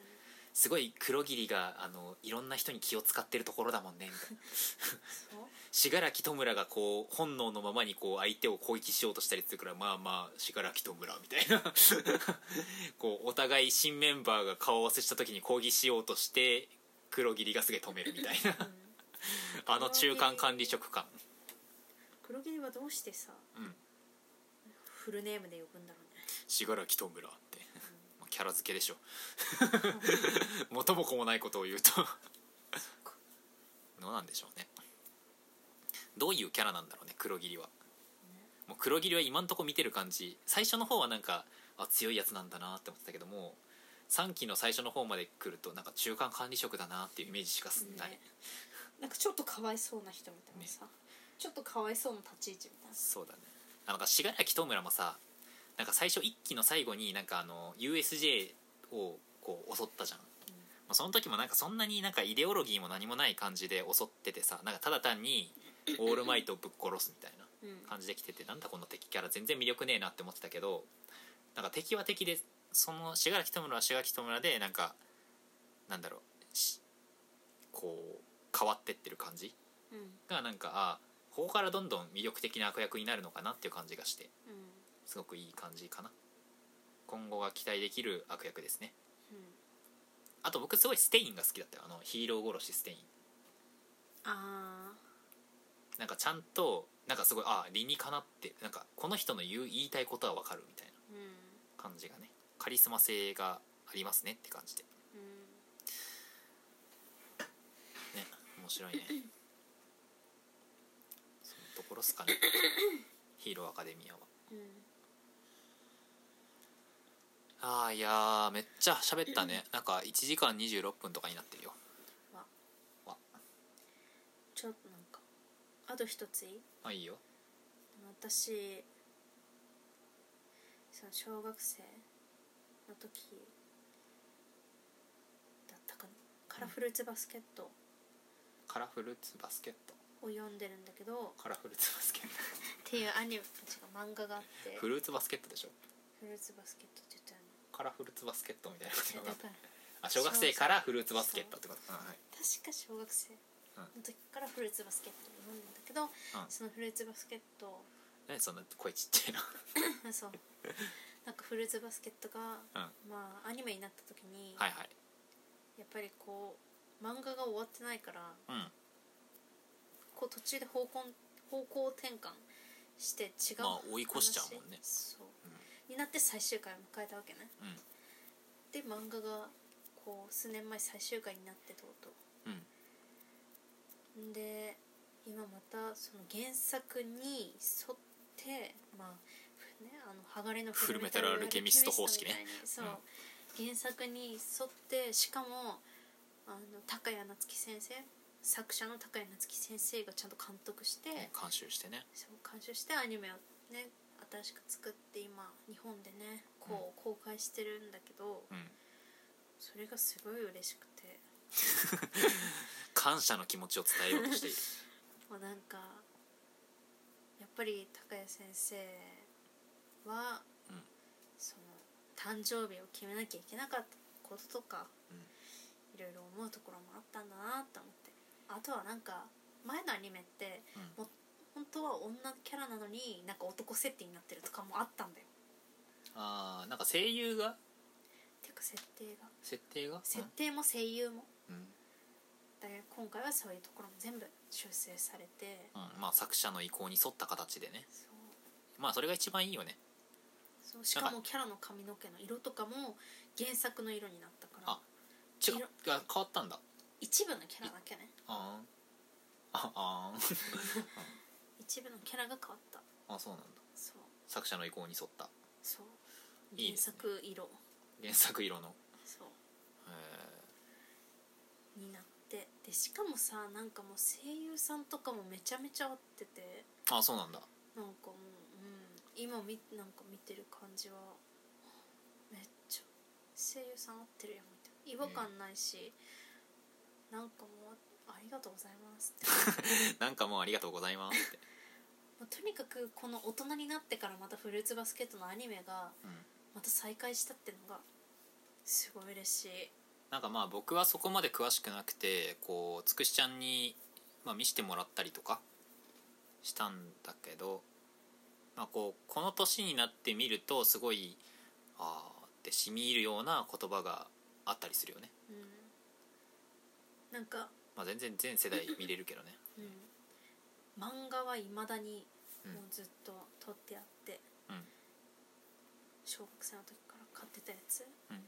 すごい黒霧があのいろんな人に気を使ってるところだもんねみ (laughs) たいなそう信楽戸村がこう本能のままにこう相手を攻撃しようとしたりするからまあまあ信楽戸村みたいな (laughs) こうお互い新メンバーが顔合わせした時に抗議しようとして黒霧がすげえ止めるみたい (laughs) なあの中間管理職感黒霧はどうしてさうんフルネームで呼ぶんだろうね信楽戸村ってまあキャラ付けでしょ元も子もないことを言うとどうなんでしょうねどういうキャラなんだろうね黒霧はもう黒霧は今んとこ見てる感じ最初の方はなんかあ強いやつなんだなって思ってたけどもう3期の最初の方まで来るとなんか中間管理職だなっていうイメージしかすない、ねなんかちょっとかわいそうな人みたいなさ、ちょっとかわいそうな立ち位置みたいなそうだねあなんか信楽智村もさなんか最初1期の最後になんかあの USJ をこう襲ったじゃん、まあ、その時もなんかそんなになんかイデオロギーも何もない感じで襲っててさなんかただ単にオールマイトをぶっ殺すみたいなうん感じできててなんだこの敵キャラ全然魅力ねえなって思ってたけどなんか敵は敵でその信楽智村は信楽智村でなんかなんだろうしこう変わってってる感じうんがなんかあここからどんどん魅力的な悪役になるのかなっていう感じがしてすごくいい感じかな今後が期待できる悪役ですねうんうんあと僕すごいステインが好きだったよあのヒーロー殺しステインあなんかちゃんとなんかすごいあ理にかなってなんかこの人の言う言いたいことは分かるみたいなーうん感じがねカリスマ性がありますねって感じでうね面白いねそのところっすかねヒーローアカデミアはんうんあーいやーめっちゃ喋ったねなんか1時間26分とかになってるよちょっとなんかあと一ついいまあいいよ私その小学生の時だったかなカラフルーツバスケットカラフルーツバスケットを読んでるんだけど、カラフルーツバスケットていうアニメ違う漫画があってフルーツバスケットでしょフルーツバスケットって言ったよねカラフルーツバスケットみたいなことえになってだからあ小学生からフルーツバスケットってことうんはい確か小学生の時からフルーツバスケットを読んでんだけど、そのフルーツバスケット (laughs) を何そんな声ちっちゃいなあそうなんかフルーツバスケットが、うまあアニメになった時に、はいはいやっぱりこう漫画が終わってないからうんこう途中で方向方向転換して違うまあ追い越しちゃうもんね話そう、になって最終回を迎えたわけねうで漫画がこう数年前最終回になってとうとんうんうで今またその原作に沿ってまあふねあの鋼のフルメタルアルケミスト方式ねフルメタルアルケミストみたいにそう、原作に沿ってしかもあの高谷夏樹先生作者の高谷夏樹先生がちゃんと監督して、監修してねそう監修してアニメをね新しく作って今日本でねこう公開してるんだけど、うんそれがすごい嬉しくて感謝の気持ちを伝えようと (laughs) しているもうなんかやっぱり高谷先生は、うんその誕生日を決めなきゃいけなかったこととか、うんいろいろ思うところもあったんだなと思ってあとはなんか前のアニメって、もう本当は女キャラなのになんか男設定になってるとかもあったんだよあーなんか声優がていうか設定が設定が設定も声優もうん、うんだから今回はそういうところも全部修正されて、うんまあ作者の意向に沿った形でねそうまあそれが一番いいよねそうしかもキャラの髪の毛の色とかも原作の色になったからあ違うあ変わったんだ一部のキャラだけねあーんああーん一部のキャラが変わったあそうなんだそう作者の意向に沿ったそういいで原すね作色原作色のそうへになってでしかもさなんかもう声優さんとかもめちゃめちゃ合っててーあそうなんだなんかもう、うん、今みなんか見てる感じはめっちゃ声優さん合ってるやんみたいな違和感ないし、なんかもうありがとうございますってなんかもうありがとうございますって、もうとにかくこの大人になってからまたフルーツバスケットのアニメがうん、また再開したってのがすごい嬉しいなんかまあ僕はそこまで詳しくなくてこうつくしちゃんに、まあ、見せてもらったりとかしたんだけど、まあ、こうこの年になってみるとすごいああって染み入るような言葉があったりするよね、うんなんか、まあ、全然全世代見れるけどねうん、漫画はいまだにうんもうずっと撮ってあって、うん小学生の時から買ってたやつうん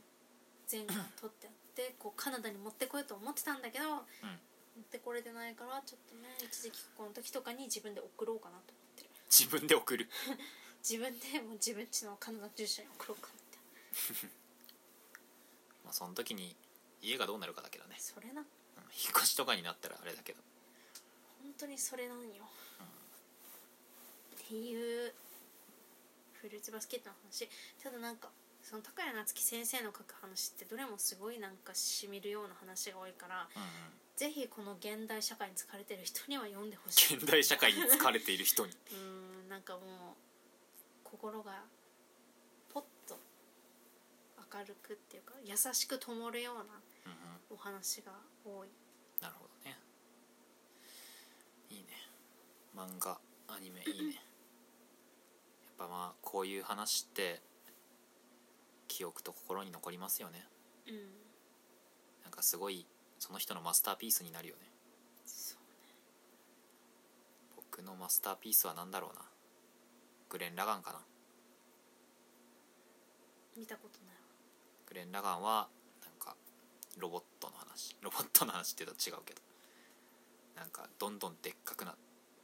全巻取って (laughs) あってこうカナダに持ってこようと思ってたんだけど、持ってこれてないからちょっとね一時帰国の時とかに自分で送ろうかなと思ってる自分で送る自分でもう自分ちのカナダ住所に送ろうかなってまあ、その時に家がどうなるかだけどね、それなうん引っ越しとかになったらあれだけど本当にそれなんよ、っていうフルーツバスケットの話ただなんかその高谷夏樹先生の書く話ってどれもすごいなんかしみるような話が多いからうんぜひこの現代社会に疲れてる人には読んでほしいうん現代社会に疲れている人にうーんなんかもう心がポッと明るくっていうか優しく灯るようなうん、うん、お話が多いなるほどねいいね漫画アニメいいねやっぱまあこういう話って記憶と心に残りますよねうんなんかすごいその人のマスターピースになるよねそう僕のマスターピースは何だろうなグレン・ラガンかな見たことないわグレン・ラガンはなんかロボットの話ロボットの話って言うと違うけどなんかどんどんでっかくな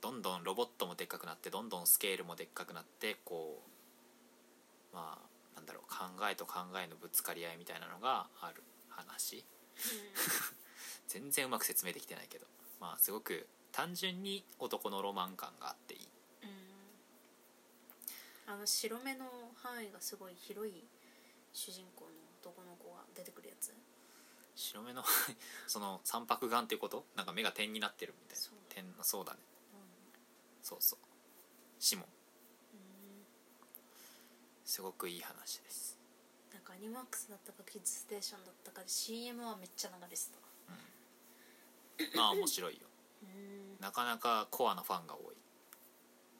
どんどんロボットもでっかくなってどんどんスケールもでっかくなってこうまあなんだろう考えと考えのぶつかり合いみたいなのがある話全然うまく説明できてないけどまあすごく単純に男のロマン感があっていいうんあの白目の範囲がすごい広い主人公の男の子が出てくるやつ白目の (laughs) その三白眼っていうことなんか目が点になってるみたいなそう点そうだねそうそうシモンうんすごくいい話ですなんかアニマックスだったかキッズステーションだったかで CM はめっちゃ流れてたまあ面白いようんなかなかコアなファンが多い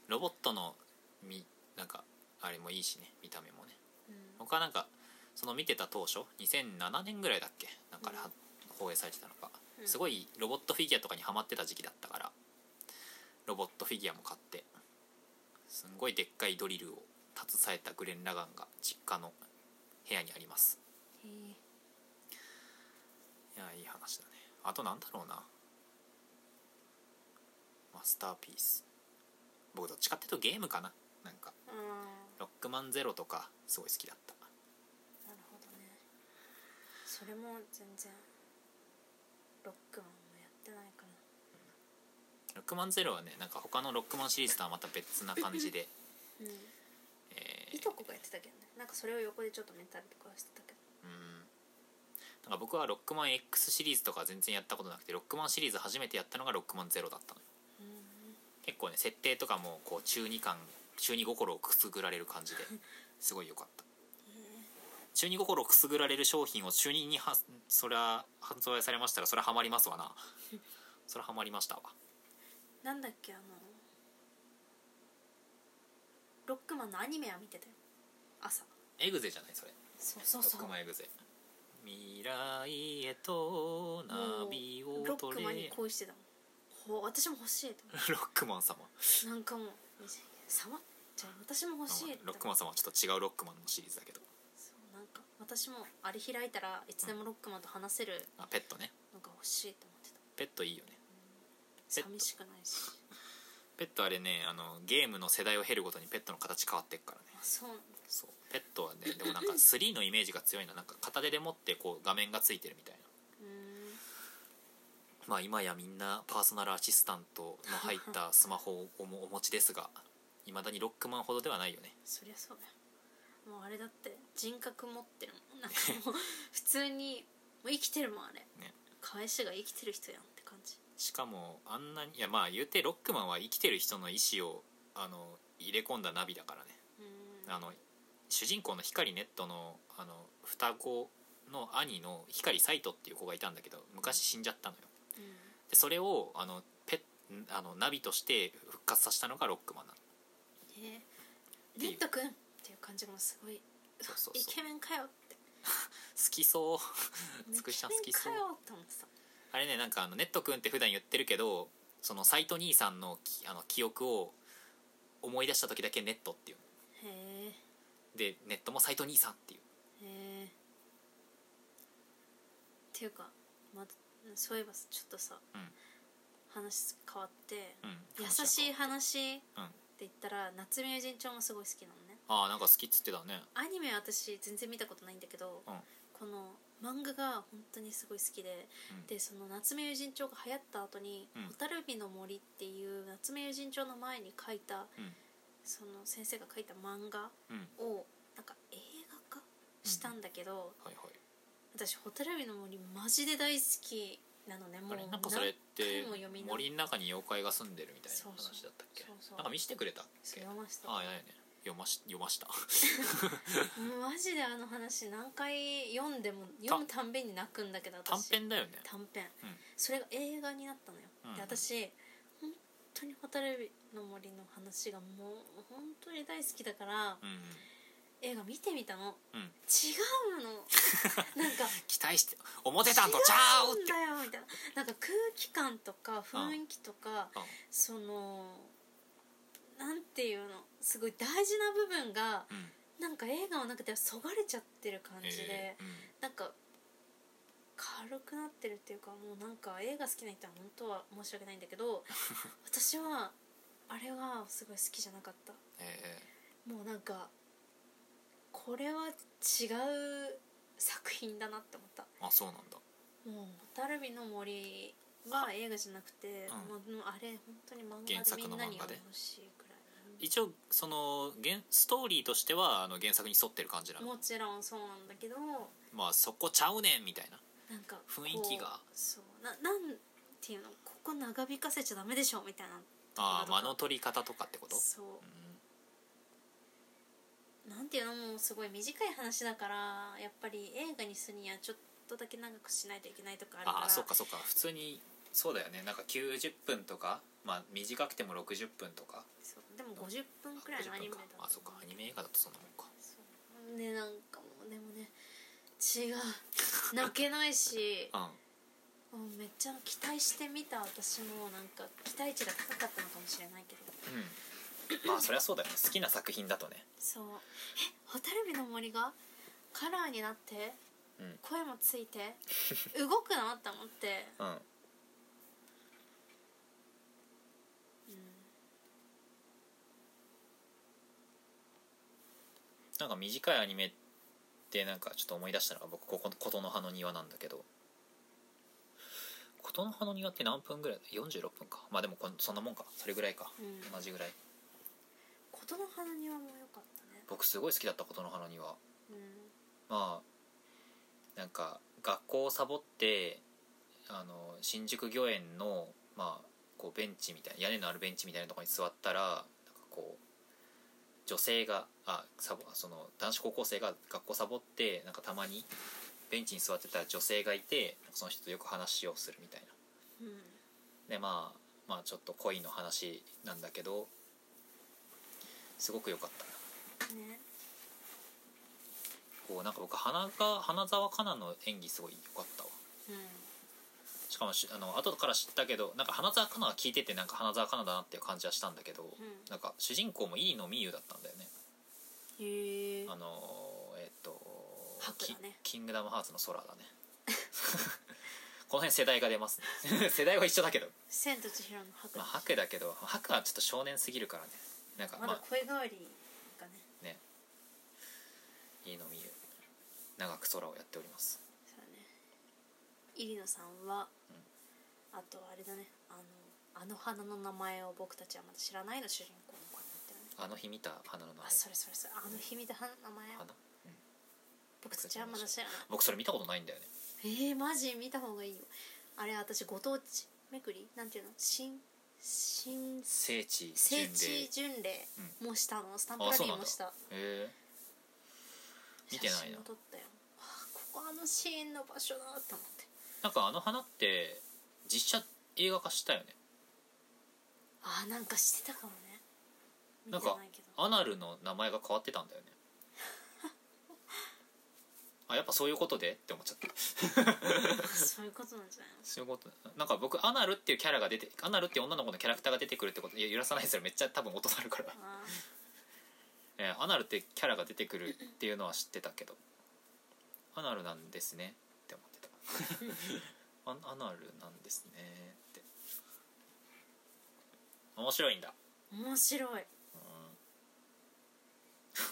ロボットのみなんかあれもいいしね見た目もね僕はなんかその見てた当初2007年ぐらいだっけなんかあれは放映されてたのかうんすごいロボットフィギュアとかにハマってた時期だったからロボットフィギュアも買ってすんごいでっかいドリルを携えたグレン・ラガンが実家の部屋にありますへえいやいい話だねあとなんだろうなマスターピース僕どっちかっていうとゲームかななんかああロックマンゼロとかすごい好きだったなるほどねそれも全然ロックマンもやってないかなロックマンゼロはねなんか他のロックマンシリーズとはまた別な感じで、 (laughs) うんえーいとこがやってたけどねなんかそれを横でちょっと見たりとかはしてたけどうんなんか僕はロックマン X シリーズとか全然やったことなくてロックマンシリーズ初めてやったのがロックマンゼロだったのようん結構ね設定とかもこう中二感中二心をくすぐられる感じですごい良かった中二心をくすぐられる商品を中二にはそりゃ発売されましたらそりゃハマりますわなそりゃハマりましたわなんだっけあのロックマンのアニメは見てたよ朝エグゼじゃないそれそうそうそうロックマンエグゼ未来へとナビをロッ取クれマンに恋してたもんほう私も欲しいと思ロックマン様うなんかもう様じゃあ私も欲しいってロックマン様はちょっと違うロックマンのシリーズだけどそうなんか私もあれ開いたらいつでもロックマンと話せるあペットねのが欲しいと思ってたペットいいよねペット寂しくないしペットあれねあのゲームの世代を経るごとにペットの形変わってっからねあそうなんだそうペットはねでもなんか3のイメージが強いななんか片手で持ってこう画面がついてるみたいなうーんまあ今やみんなパーソナルアシスタントの入ったスマホをおもお持ちですがいまだにロックマンほどではないよねそりゃそうだよもうあれだって人格持ってるもんなんかもう普通にもう生きてるもんあれね返しが生きてる人やんって感じしかもあんなにいやまあ言うてロックマンは生きてる人の意思をあの入れ込んだナビだからねうんあの主人公の光ネットのあの双子の兄の光サイトっていう子がいたんだけど昔死んじゃったのようんでそれをあのペんあのナビとして復活させたのがロックマンなのねてレいうッドくんっていう感じもすごいそうそうイそうケメンかよって好きそうつくしちゃん好イケきメンそうかよって思ってたあれねなんかあのネット君って普段言ってるけどそのサイト兄さんのきあの記憶を思い出した時だけネットっていうへえでネットもサイト兄さんっていうへえっていうか、ま、そういえばさちょっとさ、うん話変わって、うん優しい話ってうん言ったら夏目友人帳もすごい好きなのねああなんか好きっつってたねアニメは私全然見たことないんだけど、うんここの漫画が本当にすごい好きで、うんでその夏目友人帳が流行った後にうん「蛍火の森」っていう夏目友人帳の前に書いうたんその先生が書いた漫画うんをなんか映画化したんだけど、はいはい私「蛍火の森」マジで大好きなのねもあうれなんかそれって何回も読みな森の中に妖怪が住んでるみたいなそうそう話だったっけそうそうなんか見せてくれたっけ読ましたああいやいやね読まし読ましたうんマジであの話何回読んでも読むたんびに泣くんだけど短私編だよね短編、うんそれが映画になったのよ、うんで私本当に「蛍の森」の話がもう本当に大好きだから、うん映画見てみたのうん、うん、違 (laughs) うのなんか期待して思ってたんとちゃうなっんてだよみたいななんか空気感とか雰囲気とか、うんそのなんていうのすごい大事な部分がうんなんか映画の中ではそがれちゃってる感じで、えーなんか軽くなってるっていうかもうなんか映画好きな人は本当は申し訳ないんだ (laughs) けど私はあれはすごい好きじゃなかっうたんえもうなんかこれは違う作品だなって思ったーあそうなんだもう「蛍火の森」は映画じゃなくて、うんもうもうあれ本当に漫原画作でみのんなに漫画で読んでほしいくらい一応その原ストーリーとしてはあの原作に沿ってる感じなのもちろんそうなんだけどまあそこちゃうねんみたいななんかこう雰囲気がそうななんていうのここ長引かせちゃダメでしょみたいなああ間なるほどの取り方とかってことそうなんていうのもうすごい短い話だからやっぱり映画にするにはちょっとだけ長くしないといけないとかあるからああそうかそうか普通にそうだよねなんか90分とかまあ短くても60分とかそうでも50分くらいのアニメだあそうかアニメ映画だとそんなもんかそうねなんかもうでもね違う泣けないしうんもうめっちゃ期待してみた私もなんか期待値が高かったのかもしれないけどうんまあそりゃそうだよね好きな作品だとねそうえ蛍火の森がカラーになって、うん声もついて動くなって思ってうんなんか短いアニメってなんかちょっと思い出したのが僕ここ琴の葉の庭なんだけど琴の葉の庭って何分ぐらい46分かまあでもこんそんなもんかそれぐらいか、うん同じぐらい琴の花庭も良かったね僕すごい好きだった琴の葉の庭うんまあなんか学校をサボってあの新宿御苑のまあこうベンチみたいな屋根のあるベンチみたいなところに座ったらなんかこう女性があサボその男子高校生が学校サボってなんかたまにベンチに座ってた女性がいてその人とよく話をするみたいなうんでまあまあちょっと恋の話なんだけどすごく良かったなねこうなんか僕花が花澤香菜の演技すごい良かったわうしかもしあの後から知ったけどなんか花澤香菜は聞いててなんか花澤香菜だなっていう感じはしたんだけど、んうんなんか主人公も飯野美優だったんだよねへえあのーえっと白だねキキングダムハーツの空だね (laughs) この辺世代が出ますね (laughs) 世代は一緒だけど、千と千尋の白まあ、白だけど白はちょっと少年すぎるからねなんかままだあ声変わりがねね飯野美優長く空をやっておりますそうだね入野さんはうんあとあれだねあのあの花の名前を僕たちはまだ知らないの主人公の子になってるねあの日見た花の名前あそれそれそれあの秘密の花の名前を花僕たちはまだ知らない僕それ見たことないんだよねえー、マジ見た方がいいよあれ私ご当地めくりなんていうの新新聖地巡聖礼地巡礼もしたの、スタンプあラそリうなーんもだしたへえ見てない写な真も撮ったよあーここあのシーンの場所だと思ってなんかあの花って実写映画化したよねあーなんかしてたかもね見てなんかないけどアナルの名前が変わってたんだ (laughs) よねあやっぱそういうことでって思っちゃったそういうことなんじゃないのそういうことなんか僕アナルっていうキャラが出てアナルっていう女の子のキャラクターが出てくるってこといや揺らさないですよめっちゃ多分音なるから、あえーアナルってキャラが出てくるっていうのは知ってたけどアナルなんですねって思ってたアアナルなんですねって面白いんだー面白いうん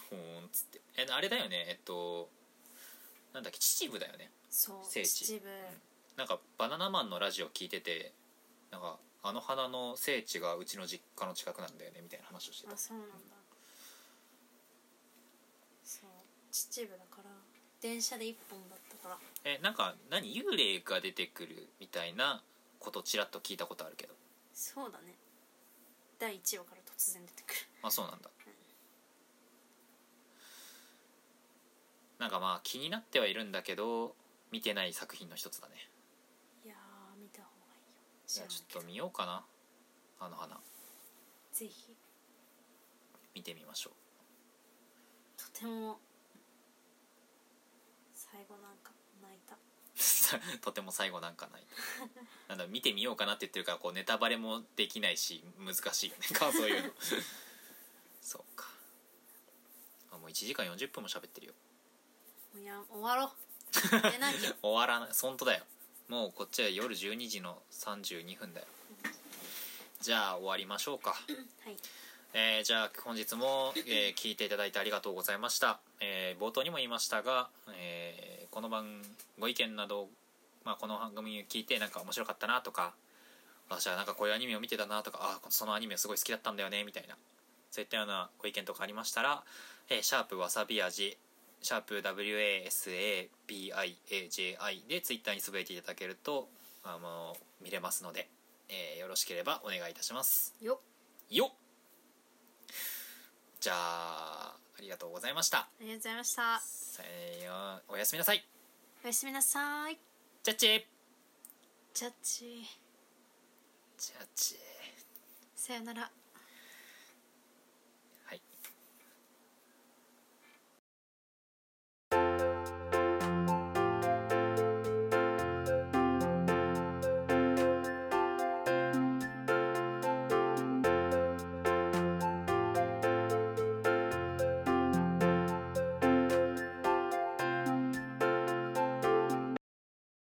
ほーんっつってえあれだよねえっとなんだっけ秩父だよねそう聖地秩父なんかバナナマンのラジオ聞いててなんかあの花の聖地がうちの実家の近くなんだよねみたいな話をしてたあそうなんだそう秩父だから電車で一本だったからえなんか何幽霊が出てくるみたいなことちらっと聞いたことあるけどそうだね第1話から突然出てくるあそうなんだなんかまあ気になってはいるんだけど見てない作品の一つだねいやー見た方がいいよじ知ゃらあんちょっと見ようかなあの花ぜひ見てみましょうとても最後なんか泣いた (laughs) とても最後なんかないなんだ見てみようかなって言ってるからこうネタバレもできないし難しいよね (laughs) 感想言うのそうかあもう1時間40分も喋ってるよもうや終わろう寝なきゃ (laughs) 終わらない本当だよもうこっちは夜12時の32分だよじゃあ終わりましょうかはいえーじゃあ本日も、えー聞いていただいてありがとうございました、えー冒頭にも言いましたが、えーこの番ご意見など、まあ、この番組を聞いてなんか面白かったなとか私はなんかこういうアニメを見てたなとかあーそのアニメすごい好きだったんだよねみたいなそういったようなご意見とかありましたら「えーシャープわさび味」「シャープ #WASABIAJI」でツイッターにつぶやいていただけるとあの見れますので、えーよろしければお願いいたしますよっよっじゃあありがとうございましたありがとうございましたさよおやすみなさいおやすみなさーいじゃっちジャッジじゃっちさよなら